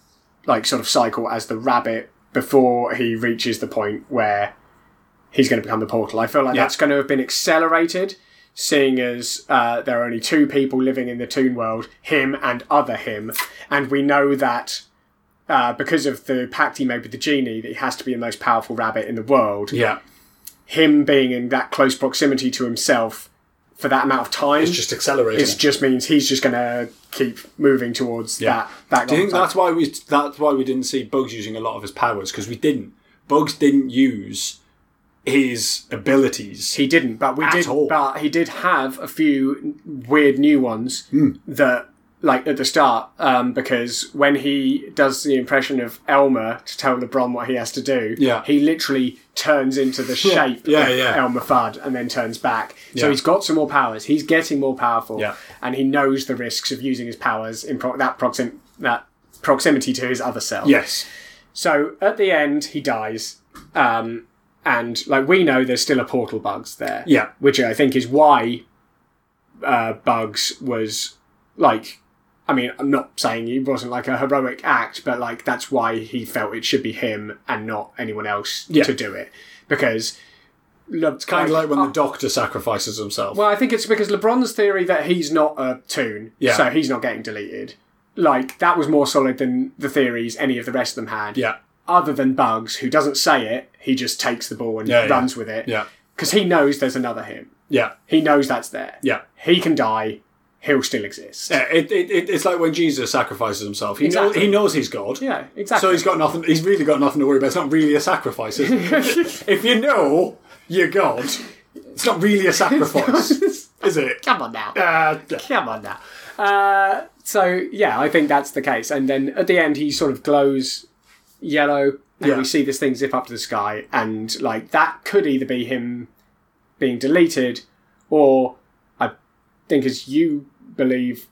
like sort of cycle as the rabbit before he reaches the point where he's going to become the portal. I feel like
Yeah.
that's going to have been accelerated, seeing as uh, there are only two people living in the Toon World, him and other him, and we know that. Uh, because of the pact he made with the genie, that he has to be the most powerful rabbit in the world.
yeah.
Him being in that close proximity to himself for that amount of time
It's just accelerating.
it just means he's just going to keep moving towards
Yeah.
that. That.
Do you think
goal.
that's why we that's why we didn't see Bugs using a lot of his powers because we didn't. Bugs didn't use his abilities.
he didn't? But we
At
did.
all.
But he did have a few weird new ones
Hmm.
that, like at the start, um, because when he does the impression of Elmer to tell LeBron what he has to do,
Yeah.
he literally turns into the shape
<laughs> Yeah,
of
yeah.
Elmer Fudd and then turns back. So
Yeah.
he's got some more powers. He's getting more powerful,
Yeah.
and he knows the risks of using his powers in pro- that proxim that proximity to his other self.
yes.
So at the end, he dies, um, and like we know, there's still a portal bugs there.
Yeah.
which I think is why uh, Bugs was like. I mean, I'm not saying it wasn't like a heroic act, but like that's why he felt it should be him and not anyone else
Yeah.
to do it because it's
Kind of like when the Doctor sacrifices himself.
Oh. well, I think it's because LeBron's theory that he's not a tune,
Yeah.
so he's not getting deleted. Like that was more solid than the theories any of the rest of them had
yeah.
other than Bugs, who doesn't say it, he just takes the ball and
Yeah, yeah.
runs with it.
Yeah.
Because he knows there's another him.
Yeah.
He knows that's there.
Yeah.
He can die. He'll still exist.
Yeah, It, it, it, it's like when Jesus sacrifices himself. He, knows,
Exactly.
he knows he's God.
Yeah, exactly.
So he's got nothing. He's really got nothing to worry about. It's not really a sacrifice. Is
<laughs>
it? if you know you're God, it's not
<laughs>
really a sacrifice, is it?
Come on now.
Uh,
Come on now. Uh, so, yeah, I think that's the case. And then at the end, he sort of glows yellow, and
Yeah.
we see this thing zip up to the sky. And, like, that could either be him being deleted, or I think, as you believe,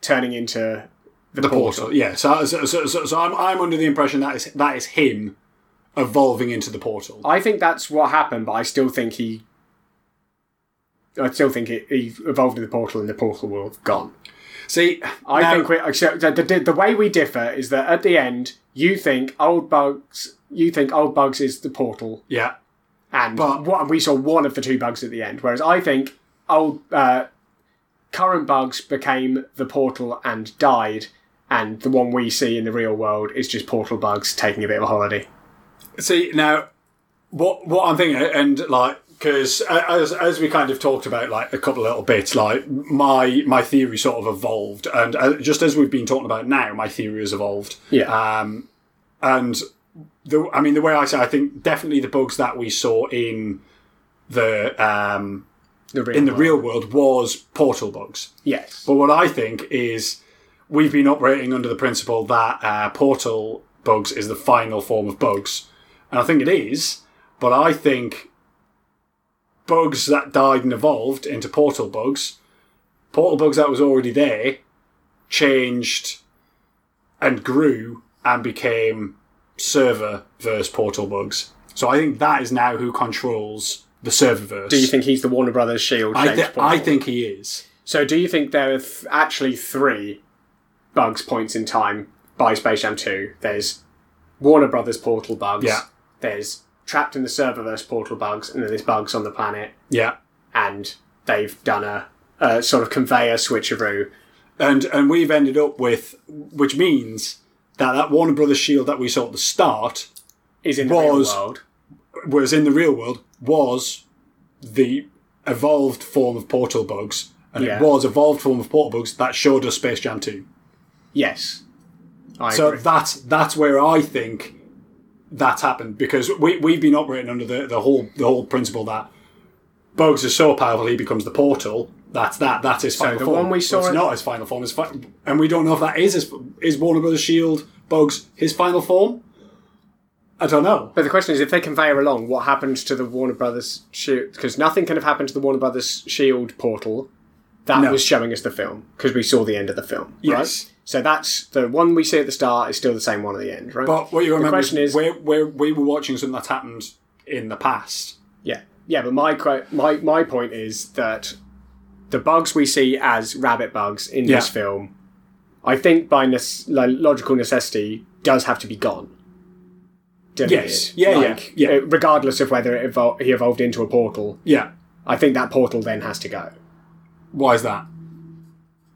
turning into the,
the
portal.
portal. Yeah. So, so, so, so, so I'm, I'm under the impression that is that is him evolving into the portal.
I think that's what happened, but I still think he. I still think it, he evolved in the portal, and the portal will have gone.
See,
I
now-
think we except the, the, the way we differ is that at the end you think old bugs you think old bugs is the portal,
yeah,
and
But-
what, we saw one of the two bugs at the end, whereas I think old uh, current bugs became the portal and died, and the one we see in the real world is just portal bugs taking a bit of a holiday.
See now, what what I'm thinking, and like, because as as we kind of talked about, like a couple of little bits, like my my theory sort of evolved, and uh, just as we've been talking about now, my theory has evolved.
Yeah.
Um, and the I mean, the way I say, I think definitely the bugs that we saw in the um
The real
in the
world.
real world was portal bugs.
yes,
But what I think is we've been operating under the principle that uh, Portal bugs is the final form of bugs. And I think it is, but I think bugs that died and evolved into Portal bugs, Portal bugs that was already there, changed and grew and became server verse Portal bugs. So I think that is now who controls the serververse.
do you think he's the Warner Brothers shield?
I,
shaped
th-
portal?
I think he is.
So, do you think there are th- actually three bugs points in time by Space Jam 2? There's Warner Brothers portal bugs,
Yeah.
there's Trapped in the Serververse portal bugs, and then there's bugs on the planet,
Yeah.
and they've done a, a sort of conveyor switcheroo.
and and we've ended up with which means that that Warner Brothers shield that we saw at the start
Is in the
Was-
real world.
was in the real world was the evolved form of portal bugs and
Yeah.
it was evolved form of portal bugs that showed us Space Jam 2
Yes. I
so
agree.
that's that's where I think that's happened because we we've been operating under the, the whole the whole principle that Bogues is so powerful he becomes the portal. That's that. That's his final
the
form.
one we saw
it's
in-
not his final form. His fi- and we don't know if that is his, is Warner Brothers Shield Bogues his final form. I don't know.
But the question is, if they convey her along, what happened to the Warner Brothers Shield? Because nothing can have happened to the Warner Brothers Shield portal. That
No.
was showing us the film because we saw the end of the film.
Yes.
Right? So that's the one we see at the start is still the same one at the end, right?
But what you
the
remember
question
is,
is,
where where we were watching something that's happened in the past.
yeah, yeah. But my que- my my point is that the bugs we see as rabbit bugs in this
Yeah.
film, I think by nes- like, logical necessity, does have to be gone. Don't
Yes.
it?
Yeah, yeah,
Like,
yeah.
uh, Regardless of whether it evol- he evolved into a portal,
Yeah.
I think that portal then has to go
Why is that?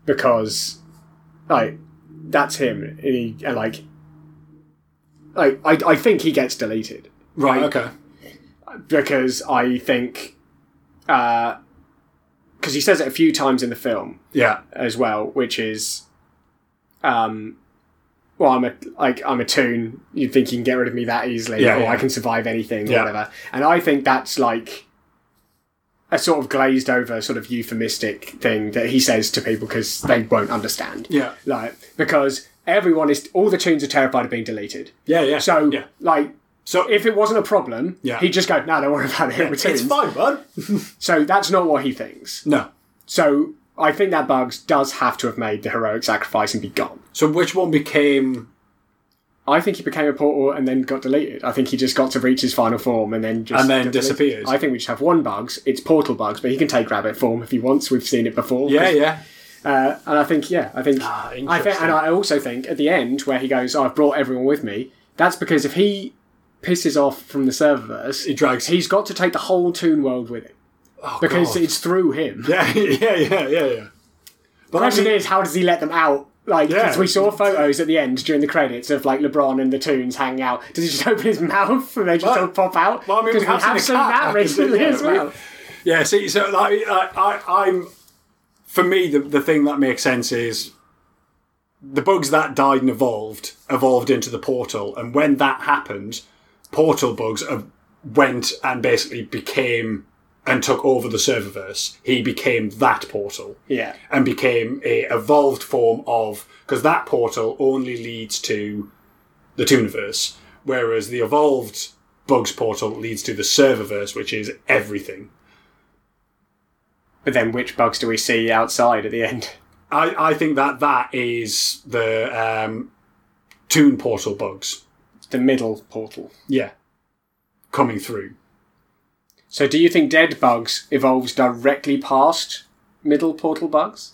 because, like, that's him. And he, and like, like I, I think he gets deleted
Right. Okay.
because I think, because he says it a few times in the film
Yeah.
as well, which is, um, well, I'm a like I'm a toon. You'd think you can get rid of me that easily,
Yeah,
or
yeah.
I can survive anything, or
Yeah.
whatever. And I think that's like a sort of glazed over, sort of euphemistic thing that he says to people because they won't understand.
Yeah.
like because everyone is all the toons are terrified of being deleted.
Yeah. Yeah.
So
yeah.
like.
So
If it wasn't a problem,
Yeah.
he'd just go, no, don't worry about it. we're
it's
toons."
fine, bud.
So that's not what he thinks.
no.
So I think that Bugs does have to have made the heroic sacrifice and be gone.
So which one became?
I think he became a portal and then got deleted. I think he just got to reach his final form and then just
And then
got deleted.
disappears.
I think we just have one Bugs. It's portal Bugs, but he can take rabbit form if he wants. We've seen it before.
Yeah. <laughs>
Uh, and I think yeah, I think I think,
Ah, interesting.
and I also think at the end where he goes, "I've brought everyone with me." That's because if he pisses off from the serververse,
He drags-
He's got to take the whole Toon world with him because
God.
it's through him.
Yeah. Yeah. Yeah. Yeah. Yeah.
The
But
question
mean-
is, how does he let them out? Like,
Yeah.
because we saw photos at the end during the credits of like LeBron and the Toons hanging out. Does he just <laughs> open his mouth and they just
Well-
all pop out?
well, I mean, we
because
have seen a
seen
cat
that
happen,
recently
yeah,
as
we-
well.
Yeah, see, so like, I, I, I'm for me the the thing that makes sense is the bugs that died and evolved evolved into the portal, and when that happened, portal bugs uh, went and basically became and took over the serververse. He became that portal
Yeah,
and became a evolved form of because that portal only leads to the Tooniverse, whereas the evolved Bugs portal leads to the Serververse, which is everything.
but then which bugs do we see outside at the end? <laughs>
I, I think that that is the um, Toon portal bugs.
The middle portal.
Yeah, coming through.
So, do you think dead bugs evolves directly past middle portal bugs?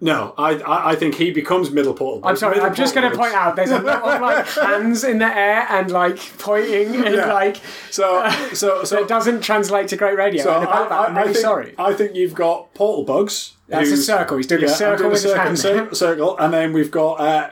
No, I, I I think he becomes middle portal.
I'm sorry,
Middle
I'm just going
portal
to point
bugs.
out
<laughs>
there's a lot of like hands in the air and like pointing and
Yeah.
like
So so
<laughs>
so
that doesn't translate to great radio. and about that, I'm really
think,
sorry.
I think you've got portal bugs.
That's a
who's-
circle. He's doing a
Yeah,
circle
under the
with his
circle,
hand.
circle, circle, and then we've got uh,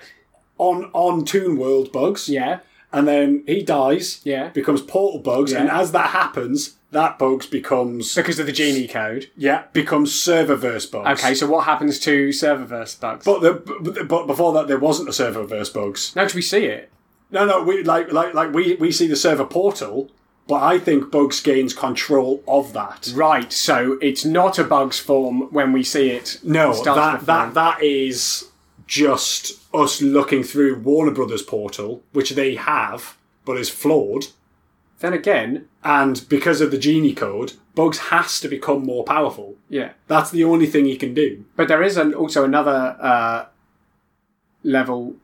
on on Toon World bugs.
Yeah.
and then he dies.
Yeah.
becomes Portal bugs,
Yeah.
and as that happens, that bugs becomes
Because of the genie code.
yeah becomes Serververse bugs.
Okay, so what happens to serververse bugs?
but the but- but before that, there wasn't a Serververse bugs.
no, 'cause we see it.
No, no, we like like like we we see the server portal. But I think Bugs gains control of that.
Right, so it's not a bugs form when we see it.
No,
start
that
to
that
form.
that is just us looking through Warner Brothers portal, which they have, but is flawed.
Then again,
And because of the genie code, Bugs has to become more powerful.
yeah.
That's the only thing he can do.
But there is an, also another uh, level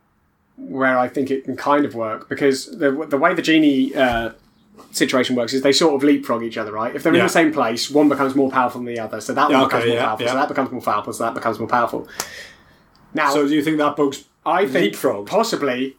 where I think it can kind of work because the the way the genie uh, situation works is they sort of leapfrog each other, right? If they're in
Yeah.
the same place, one becomes more powerful than the other, so that one
Yeah,
becomes
okay,
more
yeah,
powerful,
yeah.
so that becomes more powerful, so that becomes more powerful. Now,
So do you think that Bugs?
I think
leapfrogged?
possibly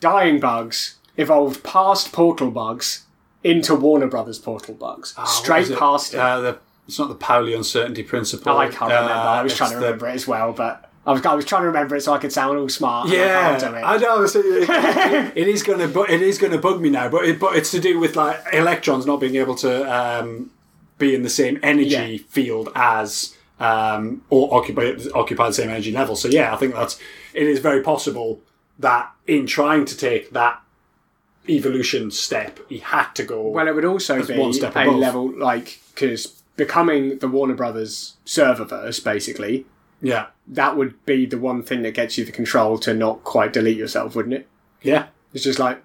dying bugs evolved past portal bugs into Warner Brothers portal bugs,
Ah,
straight past it.
Uh, the, it's not the Pauli uncertainty principle.
I can't remember. I was
Uh, it's
trying to
the-
remember it as well, but I was, I was trying to remember it so I could sound all smart. and I can't do
Yeah,
it.
I know. it's- It, it- it is going to, but it is going to bug me now. But it, but it's to do with like electrons not being able to um, be in the same energy
Yeah.
field as um, or occupy occupy the same energy level. So yeah, I think that's it is very possible that in trying to take that evolution step. He had to go.
Well, it would also be
one step
a
above.
level like because becoming the Warner Brothers serververse basically
yeah,
that would be the one thing that gets you the control to not quite delete yourself, wouldn't it?
yeah.
It's just like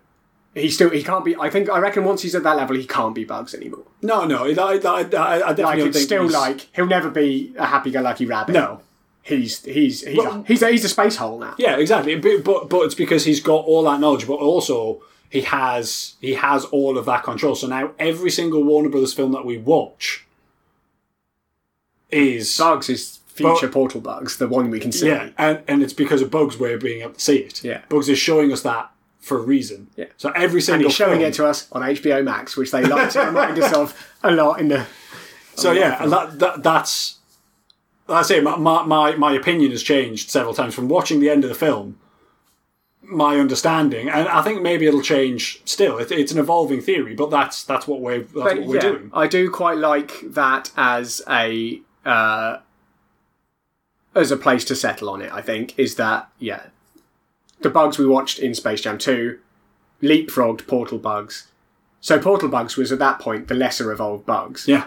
he still he can't be. I think I reckon once he's at that level, he can't be Bugs anymore.
No, no. I, I, I, I definitely
Like
don't
it's
think
still
he's-
like he'll never be a happy-go-lucky rabbit.
no.
he's he's he's
Well-
a, he's, a, he's a space hole now.
Yeah, exactly. But, but but it's because he's got all that knowledge, but also he has he has all of that control. So now every single Warner Brothers film that we watch is
Bugs is future
But-
Portal Bugs, the one we can see.
yeah, and and it's because of Bugs' way of being able to see it.
Yeah.
Bugs is showing us that for a reason.
Yeah.
So every
And
single
he's showing
film-
it to us on HBO Max, which they like to remind us of a lot in the
So yeah, and that, that that's that's it. My, my- my my opinion has changed several times from watching the end of the film. My understanding, and I think maybe it'll change. Still, it, it's an evolving theory, but that's that's what we're that's what we're
yeah,
doing.
I do quite like that as a uh, as a place to settle on it. I think is that yeah, the bugs we watched in Space Jam Two leapfrogged Portal bugs. So Portal bugs was at that point the lesser evolved bugs,
Yeah,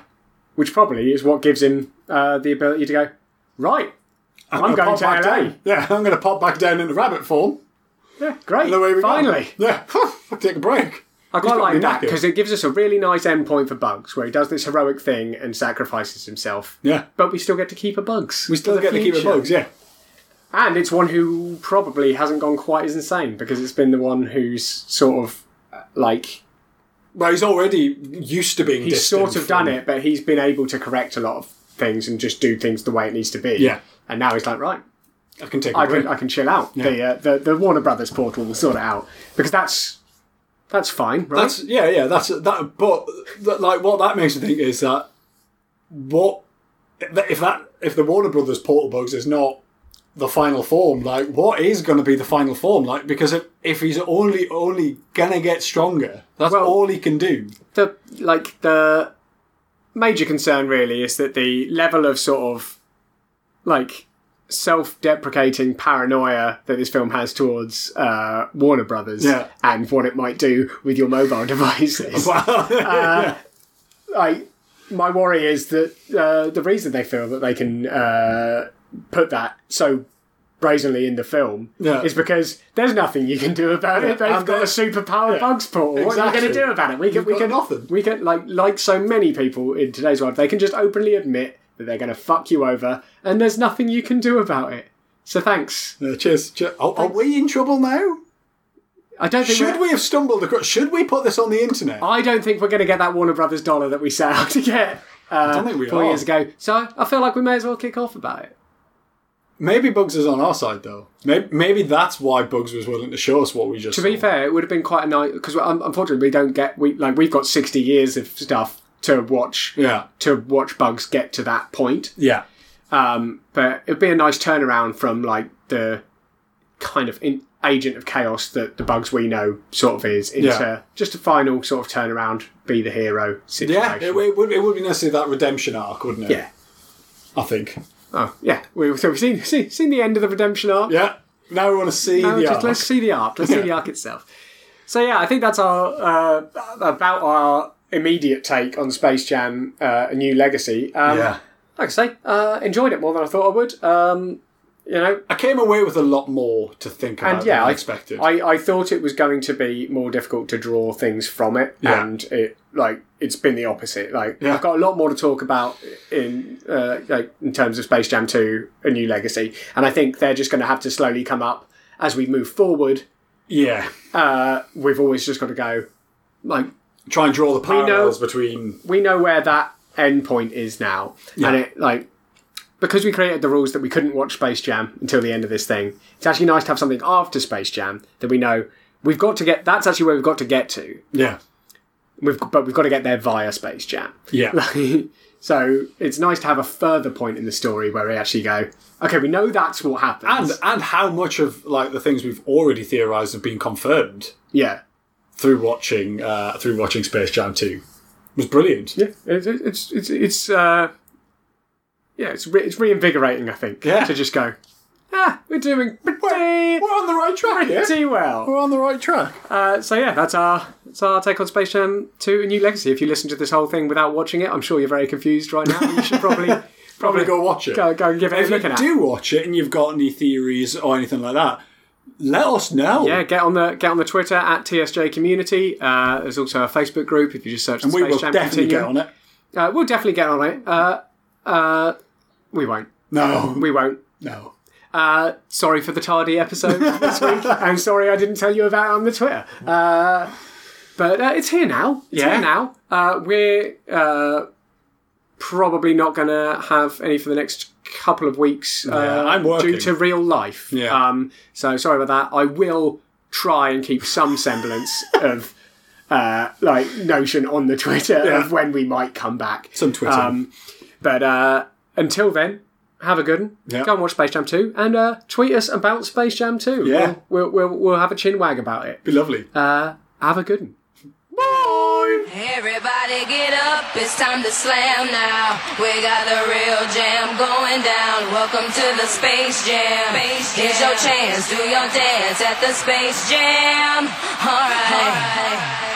which probably is what gives him uh, the ability to go right. I'm,
gonna
going
pop
to LA.
back down. Yeah, I'm going to pop back down into rabbit form.
Yeah, great.
The way we go.
Finally,
Yeah, <laughs> I'll take a
I
break. He's
quite
probably
like that
knackered.
because it gives us a really nice endpoint for Bugs, where he does this heroic thing and sacrifices himself.
Yeah,
But we still get to keep a Bugs.
we still get to keep the bugs. Yeah,
And it's one who probably hasn't gone quite as insane because it's been the one who's sort of uh, like
well, he's already used to being.
he's
distant
sort of
from-
done it, but he's been able to correct a lot of things and just do things the way it needs to be.
Yeah.
And now he's like, right,
I can take a
I
break.
can I can chill out. The, uh, the the Warner Brothers portal will sort it out because that's that's fine, right?
That's yeah, yeah. That's that. But that, like, what that makes me think is that what that- if that if the Warner Brothers Portal Bugs is not the final form, like, what is going to be the final form? Like, because if if he's only only gonna get stronger, that's
Well-
all he can
<laughs>
do.
the like the major concern really is that the level of sort of like self-deprecating paranoia that this film has towards uh, Warner Brothers
Yeah.
and what it might do with your mobile <laughs> devices. Uh, like my worry is that uh, the reason they feel that they can uh, put that so brazenly in the film
Yeah.
is because there's nothing you can do about it. They've
and
got a
they're-
superpowered
yeah.
bugs portal. What are you
Exactly.
going to do about it? We can,
You've
we
got
can
nothing.
We can like like so many people in today's world. They can just openly admit that they're going to fuck you over, and there's nothing you can do about it. So thanks.
Uh, cheers. cheers. Are, are we in trouble now?
I don't think
Should
we're-
we have stumbled across? Should we put this on the internet?
I don't think we're going to get that Warner Brothers dollar that we set out to get uh,
I don't think we
four
are.
years ago. So I feel like we may as well kick off about it.
Maybe Bugs is on our side though. Maybe, maybe that's why Bugs was willing to show us what we just.
To be fair, it would have been quite a nice because unfortunately we don't get we like we've got sixty years of stuff to watch
yeah,
to watch bugs get to that point.
yeah.
Um, but it'd be a nice turnaround from like the kind of in, agent of chaos that the bugs we know sort of is into
Yeah.
just a final sort of turnaround, be the hero situation.
Yeah, it, it would it would be necessarily that redemption arc, wouldn't it?
yeah.
I think.
Oh yeah, we've, so we've seen, seen seen the end of the redemption arc.
Yeah. Now we want to see
No,
the
Oh, just
arc.
let's see the arc. Let's see the arc itself. So yeah, I think that's our uh, about our immediate take on Space Jam: uh, A New Legacy. Um,
yeah.
Like I say, uh, enjoyed it more than I thought I would. Um, you know,
I came away with a lot more to think about
and yeah,
than I
I
expected.
I, I thought it was going to be more difficult to draw things from it,
Yeah.
and it like it's been the opposite. Like
Yeah.
I've got a lot more to talk about in uh, like in terms of Space Jam Two: A New Legacy, and I think they're just going to have to slowly come up as we move forward.
yeah.
uh, we've always just got to go. Like
Try and draw the
know-
parallels between
we know where that end point is now, and it like because we created the rules that we couldn't watch Space Jam until the end of this thing. It's actually nice to have something after Space Jam that we know we've got to get. That's actually where we've got to get to.
Yeah.
We've but we've got to get there via Space Jam. <laughs>
Yeah.
so it's nice to have a further point in the story where we actually go. Okay, we know that's what happens.
and and how much of like the things we've already theorized have been confirmed
yeah,
through watching uh, through watching Space Jam 2 was brilliant.
Yeah, it's it's it's, it's uh, yeah, it's re- it's reinvigorating. I think
Yeah.
to just go. Ah, we're doing we're,
We're
pretty,
We're on the right track, yeah?
pretty well.
We're on the right track.
Uh, so yeah, that's our that's our take on Space Jam 2: A New Legacy. If you listen to this whole thing without watching it, I'm sure you're very confused right now. You should
<laughs>
probably
Probably go watch it.
go, go and give it
if
a
you
look at.
do watch it and you've got any theories or anything like that, let us know.
Yeah, get on the get on the Twitter at TSJ Community. Uh, there's also a Facebook group if you just search.
and
the
we
Space
will
Jam
definitely
Continuum.
get on it.
Uh, we'll definitely get on it. Uh, uh, we won't.
No,
<laughs> We won't.
no.
Sorry for the tardy
<laughs>
episode this week. I'm sorry I didn't tell you about it on the Twitter. Uh, but uh, it's here now. It's
Yeah.
here now. Uh, we're uh, probably not going to have any for the next couple of weeks. Uh,
I'm working.
Due to real life.
Yeah.
Um, so sorry about that. I will try and keep some semblance
<laughs>
of uh, like notion on the Twitter of when we might come back.
Some Twitter.
Um, but uh, until then, have a good one.
Yeah.
Go and watch Space Jam 2 and uh, tweet us about Space Jam 2.
Yeah.
We'll, we'll, we'll, we'll have a chin wag about it.
Be lovely.
Uh, Have a good one. Bye!
Everybody get up, it's time to slam now. We got the real jam going down. Welcome to the Space Jam. Here's your chance, do your dance at the Space Jam. All right.
oh